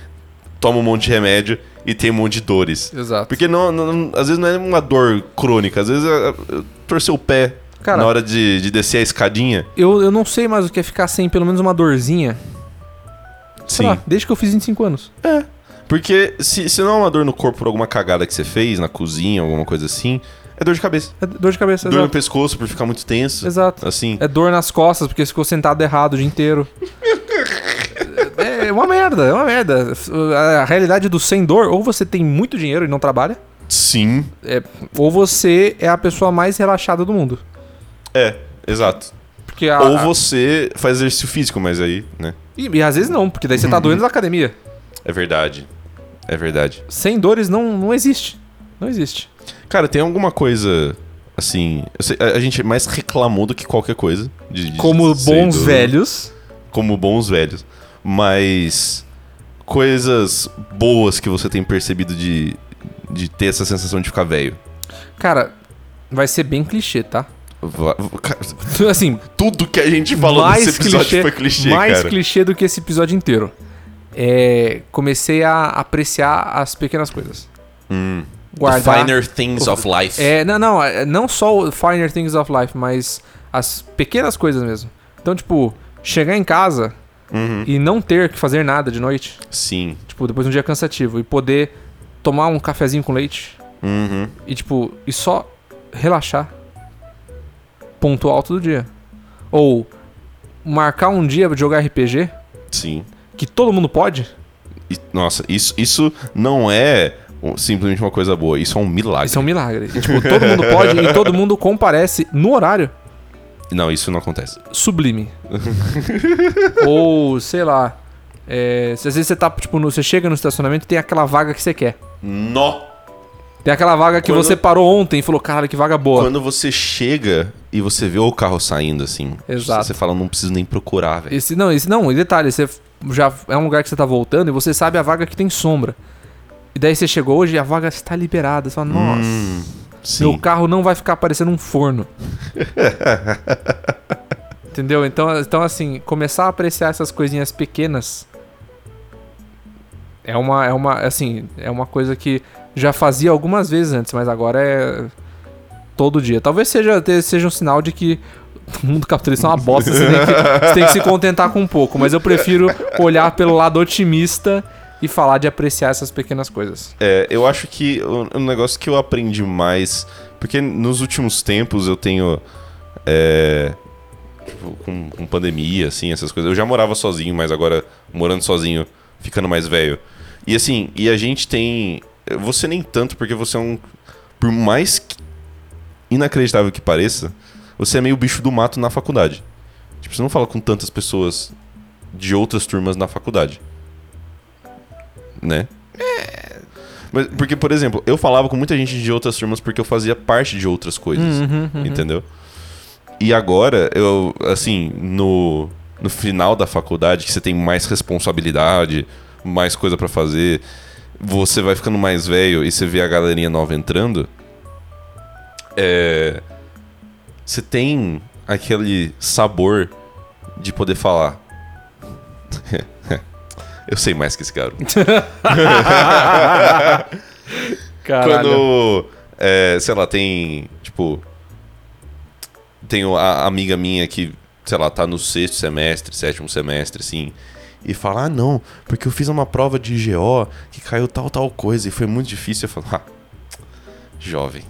toma um monte de remédio e tem um monte de dores. Exato. Porque não, não- não- às vezes não é uma dor crônica, às vezes é, é, torcer o pé Cara- na hora de, de descer a escadinha. Eu, eu não sei mais o que é ficar sem pelo menos uma dorzinha. Sei Sim. lá, desde que eu fiz 25 anos. Porque se, se não é uma dor no corpo por alguma cagada que você fez na cozinha, alguma coisa assim, é dor de cabeça. É dor de cabeça, Dor no exato. pescoço por ficar muito tenso. Exato. Assim. É dor nas costas, porque ficou sentado errado o dia inteiro. É é uma merda, é uma merda. A realidade do sem dor, ou você tem muito dinheiro e não trabalha, Sim. é, ou você é a pessoa mais relaxada do mundo. É, exato. Porque a, Ou você faz exercício físico, mas aí, né? e, e às vezes não, porque daí Uhum. você tá doendo na academia. É verdade. É verdade. Sem dores não, não existe. Não existe. Cara, tem alguma coisa Assim, eu sei- a, a gente mais reclamou do que qualquer coisa. de- de Como ser bons do- velhos. Como bons velhos. Mas coisas boas que você tem percebido de, de ter essa sensação de ficar velho. Cara, vai ser bem clichê, tá? (laughs) Va- cara, Assim, Tudo que a gente falou mais nesse episódio clichê, foi clichê, mais cara. clichê do que esse episódio inteiro. É, comecei a apreciar as pequenas coisas. Hum. The Guardar. Finer Things of Life. É, não, não, é, não só o Finer Things of Life, mas as pequenas coisas mesmo. Então, tipo, chegar em casa e não ter que fazer nada de noite, Sim. tipo, depois de um dia cansativo, e poder tomar um cafezinho com leite Uhum. e, tipo, e só relaxar. Ponto alto do dia. Ou marcar um dia de jogar RPG, Sim. que todo mundo pode. E- nossa, isso, isso não é um- simplesmente uma coisa boa. Isso é um milagre. Isso é um milagre. E, tipo, todo mundo pode e todo mundo comparece no horário. Não, isso não acontece. (laughs) sublime. Ou, sei lá. é, se às vezes você tá, tipo, no- você chega no estacionamento e tem aquela vaga que você quer. Nó! Tem aquela vaga que Quando- você parou ontem e falou, caralho, que vaga boa. Quando você chega e você vê o carro saindo, assim. Exato. Você fala, não preciso nem procurar, velho. Esse, não, esse, não, e detalhe, você já é um lugar que você tá voltando e você sabe a vaga que tem sombra. E daí você chegou hoje e a vaga está liberada. Você fala, nossa, Hum. meu Sim. carro não vai ficar parecendo um forno. (laughs) Entendeu? Então, então, assim, começar a apreciar essas coisinhas pequenas é uma, é uma, assim, é uma coisa que já fazia algumas vezes antes, mas agora é todo dia. Talvez seja, te- seja um sinal de que o mundo capitalista é uma bosta, você tem, que, você tem que se contentar com um pouco. Mas eu prefiro olhar pelo lado otimista e falar de apreciar essas pequenas coisas. É, eu acho que o, o negócio que eu aprendi mais. Porque nos últimos tempos eu tenho. É, tipo, com, com pandemia, assim, essas coisas. Eu já morava sozinho, mas agora morando sozinho, ficando mais velho. E assim, e a gente tem. Você nem tanto, porque você é um. Por mais que- inacreditável que pareça, você é meio bicho do mato na faculdade. Tipo, você não fala com tantas pessoas de outras turmas na faculdade. Né? Mas, porque, por exemplo, eu falava com muita gente de outras turmas porque eu fazia parte de outras coisas. Entendeu? E agora, eu, assim, no, no final da faculdade, que você tem mais responsabilidade, mais coisa pra fazer, você vai ficando mais velho e você vê a galerinha nova entrando. É. Você tem aquele sabor de poder falar. (laughs) eu sei mais que esse garoto. Quando, é, sei lá, tem, tipo... Tem o- a a amiga minha que, sei lá, tá no sexto semestre, sétimo semestre, assim... E fala, ah, não, porque eu fiz uma prova de GO que caiu tal, tal coisa e foi muito difícil. Eu falo, ah, jovem,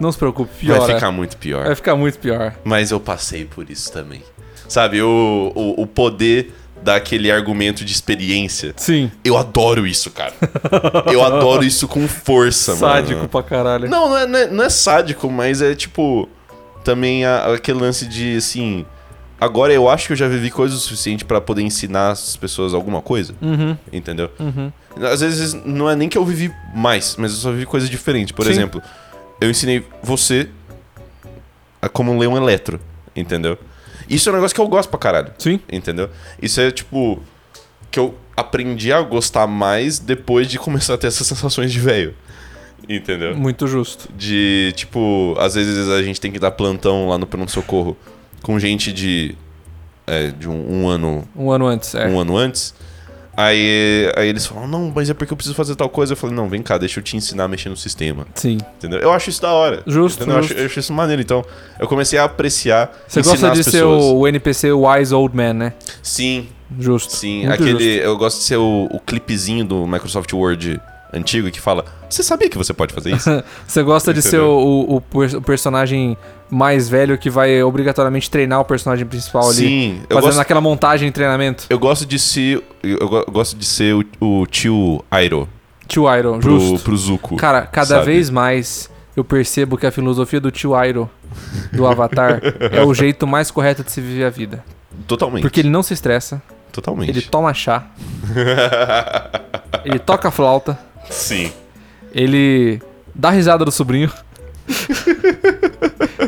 Não se preocupe, pior. é. vai ficar muito pior. vai ficar muito pior. Mas eu passei por isso também. Sabe, o, o, o poder daquele argumento de experiência. Sim. Eu adoro (laughs) isso, cara. Eu adoro isso com força, Sádico mano. pra caralho. Tá Não, não é, não, é, não é sádico, mas é tipo. Também a- aquele lance de assim. Agora eu acho que eu já vivi coisa o suficiente pra poder ensinar as pessoas alguma coisa. Entendeu? Às vezes não é nem que eu vivi mais, mas eu só vivi coisa diferente. Por Sim. exemplo, eu ensinei você a como ler um eletro. Entendeu? Isso é um negócio que eu gosto pra caralho. Sim. Entendeu? Isso é tipo. Que eu aprendi a gostar mais depois de começar a ter essas sensações de velho. Entendeu? Muito justo. De, tipo, às vezes a gente tem que dar plantão lá no pronto-socorro com gente de. é, de um, um ano. Um ano antes, é. Um ano antes. Aí, aí eles falam, não, mas é porque eu preciso fazer tal coisa. Eu falei, não, vem cá, deixa eu te ensinar a mexer no sistema. Sim. Entendeu? Eu acho isso da hora. Justo, entendeu? Eu acho- justo. Eu, acho, isso maneiro. Então, eu comecei a apreciar. Você ensinar gosta de as ser pessoas. o, o NPC Wise Old Man, né? Sim, Justo. Sim, Muito aquele. justo. (laughs) Eu gosto de ser o, o clipezinho do Microsoft Word antigo que fala: Você sabia que você pode fazer isso? Você gosta de ser Entendeu? o, o- o per- o personagem mais velho que vai obrigatoriamente treinar o personagem principal ali. Sim, eu Fazendo gosto- aquela montagem e treinamento. eu gosto de ser. Eu, go- eu gosto de ser o, o tio Airo Tio Iron, pro, justo. pro Zuko. Cara, cada sabe? vez mais eu percebo que a filosofia do tio Iron do (laughs) Avatar é o jeito mais correto de se viver a vida. Totalmente. Porque ele não se estressa, Totalmente. ele toma chá, ele toca flauta, Sim. ele dá risada do sobrinho. (laughs)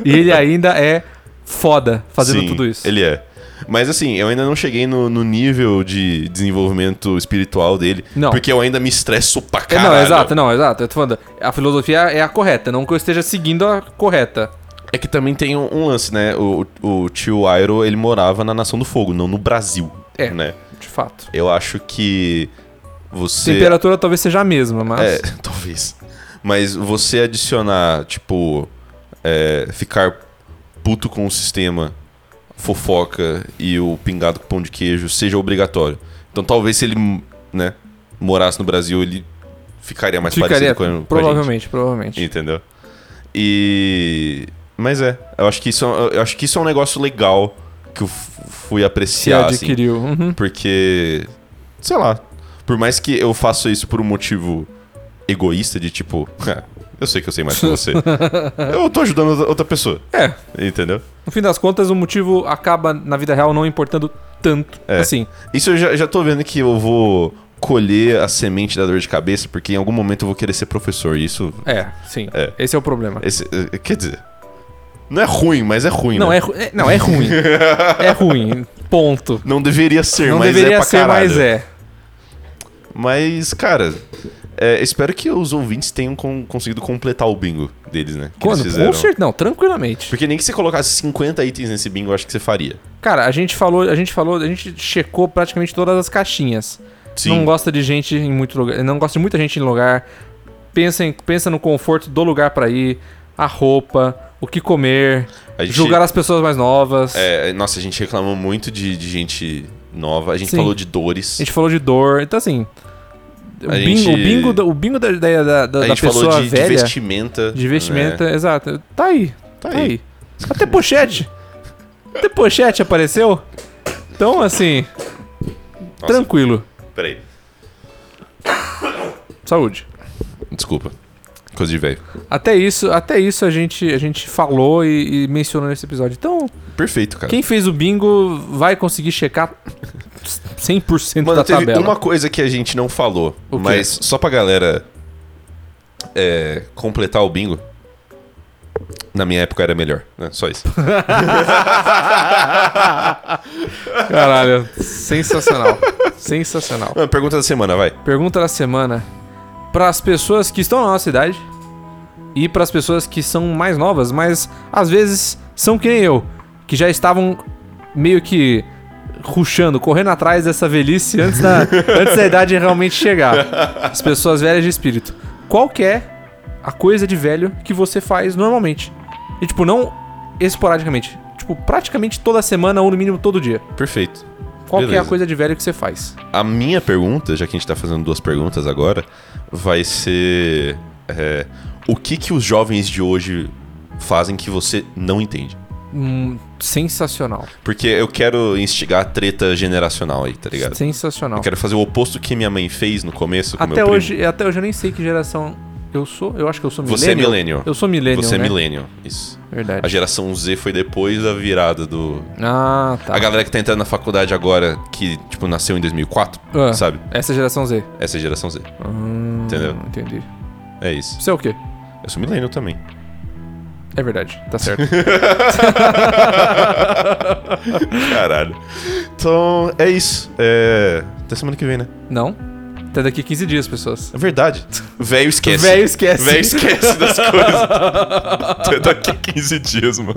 E ele ainda é foda fazendo Sim, tudo isso. Ele é. Mas assim, eu ainda não cheguei no, no nível de desenvolvimento espiritual dele. Não. Porque eu ainda me estresso pra É, caralho. não, exato, não, exato. Eu tô falando, a filosofia é a correta, não que eu esteja seguindo a correta. É que também tem um, um lance, né? O, o tio Airo, ele morava na Nação do Fogo, não no Brasil. É. Né? De fato. Eu acho que você... Temperatura talvez seja a mesma, mas. É, (laughs) talvez. Mas você adicionar, tipo, é, ficar puto com o sistema, fofoca e o pingado com pão de queijo seja obrigatório. Então talvez se ele, né, morasse no Brasil, ele ficaria mais Ficaria, parecido com a, com a gente. provavelmente, provavelmente. Entendeu? E. Mas é, eu acho que isso, eu acho que isso é um negócio legal que eu f- fui Se apreciar. assim. adquiriu. Uhum. Porque, sei lá, por mais que eu faça isso por um motivo egoísta de tipo, (laughs) "Ah, eu sei que eu sei mais que (laughs) você. eu tô ajudando outra- outra pessoa, É, entendeu? no fim das contas, o motivo acaba na vida real não importando tanto. É. Assim, Isso eu já, já tô vendo que eu vou colher a semente da dor de cabeça, porque em algum momento eu vou querer ser professor. E isso. é, sim. É. Esse é o problema. esse- eh, quer dizer. Não é ruim, mas é ruim. Não, né? é, ru- é- não, é ruim. é ruim. Ponto. Não deveria ser, Não mas é deveria pra ser, caralho. mas é. Mas, cara, é, espero que os ouvintes tenham con- conseguido completar o bingo deles, né? Que Quando? eles fizeram. Com certeza. Não, tranquilamente. Porque nem que você colocasse 50 itens nesse bingo, eu acho que você faria. Cara, a gente falou, a gente falou, a gente checou praticamente todas as caixinhas. Sim. Não gosta de gente em muito lugar, não gosta de muita gente em lugar. Pensa em, pensa no conforto do lugar pra ir, a roupa, o que comer, A gente- julgar as pessoas mais novas. É, nossa, a gente reclamou muito de, de gente nova. A gente Sim. falou de dores. A gente falou de dor, então assim, o A bingo, gente- o bingo, da- o bingo da, da, da, da a gente pessoa falou de, de velha, de vestimenta, vestimenta. né? exato. Tá aí, é. Tá tá, aí. aí. Até pochete. Até pochete apareceu. Então, assim, Nossa. tranquilo. Né? Peraí. Saúde. Desculpa. Coisa de velho. Até isso, até isso a gente, a gente falou e, e mencionou nesse episódio. Então, Perfeito, cara. quem fez o bingo vai conseguir checar 100% Mano, da teve tabela. uma coisa que a gente não falou. O quê? Mas só pra galera é, completar o bingo. Na minha época era melhor, né? (laughs) Só isso. Caralho, sensacional. sensacional. Mano, Ah, Pergunta da semana, vai. Pergunta da semana para as pessoas que estão na nossa idade e para as pessoas que são mais novas, mas às vezes são que nem eu, que já estavam meio que ruxando, correndo atrás dessa velhice antes da, antes da idade realmente chegar. As pessoas velhas de espírito. Qual que é a coisa de velho que você faz normalmente? E tipo, não esporadicamente. Tipo, praticamente toda semana ou no mínimo todo dia. Perfeito. Qual que é a Beleza. coisa de velho que você faz? A minha pergunta, já que a gente tá fazendo duas perguntas agora, vai ser. é, o que que os jovens de hoje fazem que você não entende? Hum, sensacional. Porque eu quero instigar a treta generacional aí, tá ligado? Sensacional. Eu quero fazer o oposto que minha mãe fez no começo com Até meu primo. hoje, até hoje eu nem sei que geração eu sou. Eu acho que eu sou millennial. Você é millennial. Eu sou millennial, Você é né? millennial, isso. A Verdade. geração Z foi depois da virada do... Ah, tá. A galera que tá entrando na faculdade agora, que, tipo, nasceu em 2004, Ah, sabe? Essa é a geração Z. Essa é a geração Z. Hum, Entendeu? Entendi. É isso. Você é o quê? Eu sou millennial também. É verdade, tá (laughs) certo. Caralho. Então, é isso. É... Até semana que vem, né? Não. Até daqui 15 dias, pessoas. É verdade. Velho esquece. Velho esquece. Velho esquece das coisas. (laughs) Até daqui 15 dias, mano.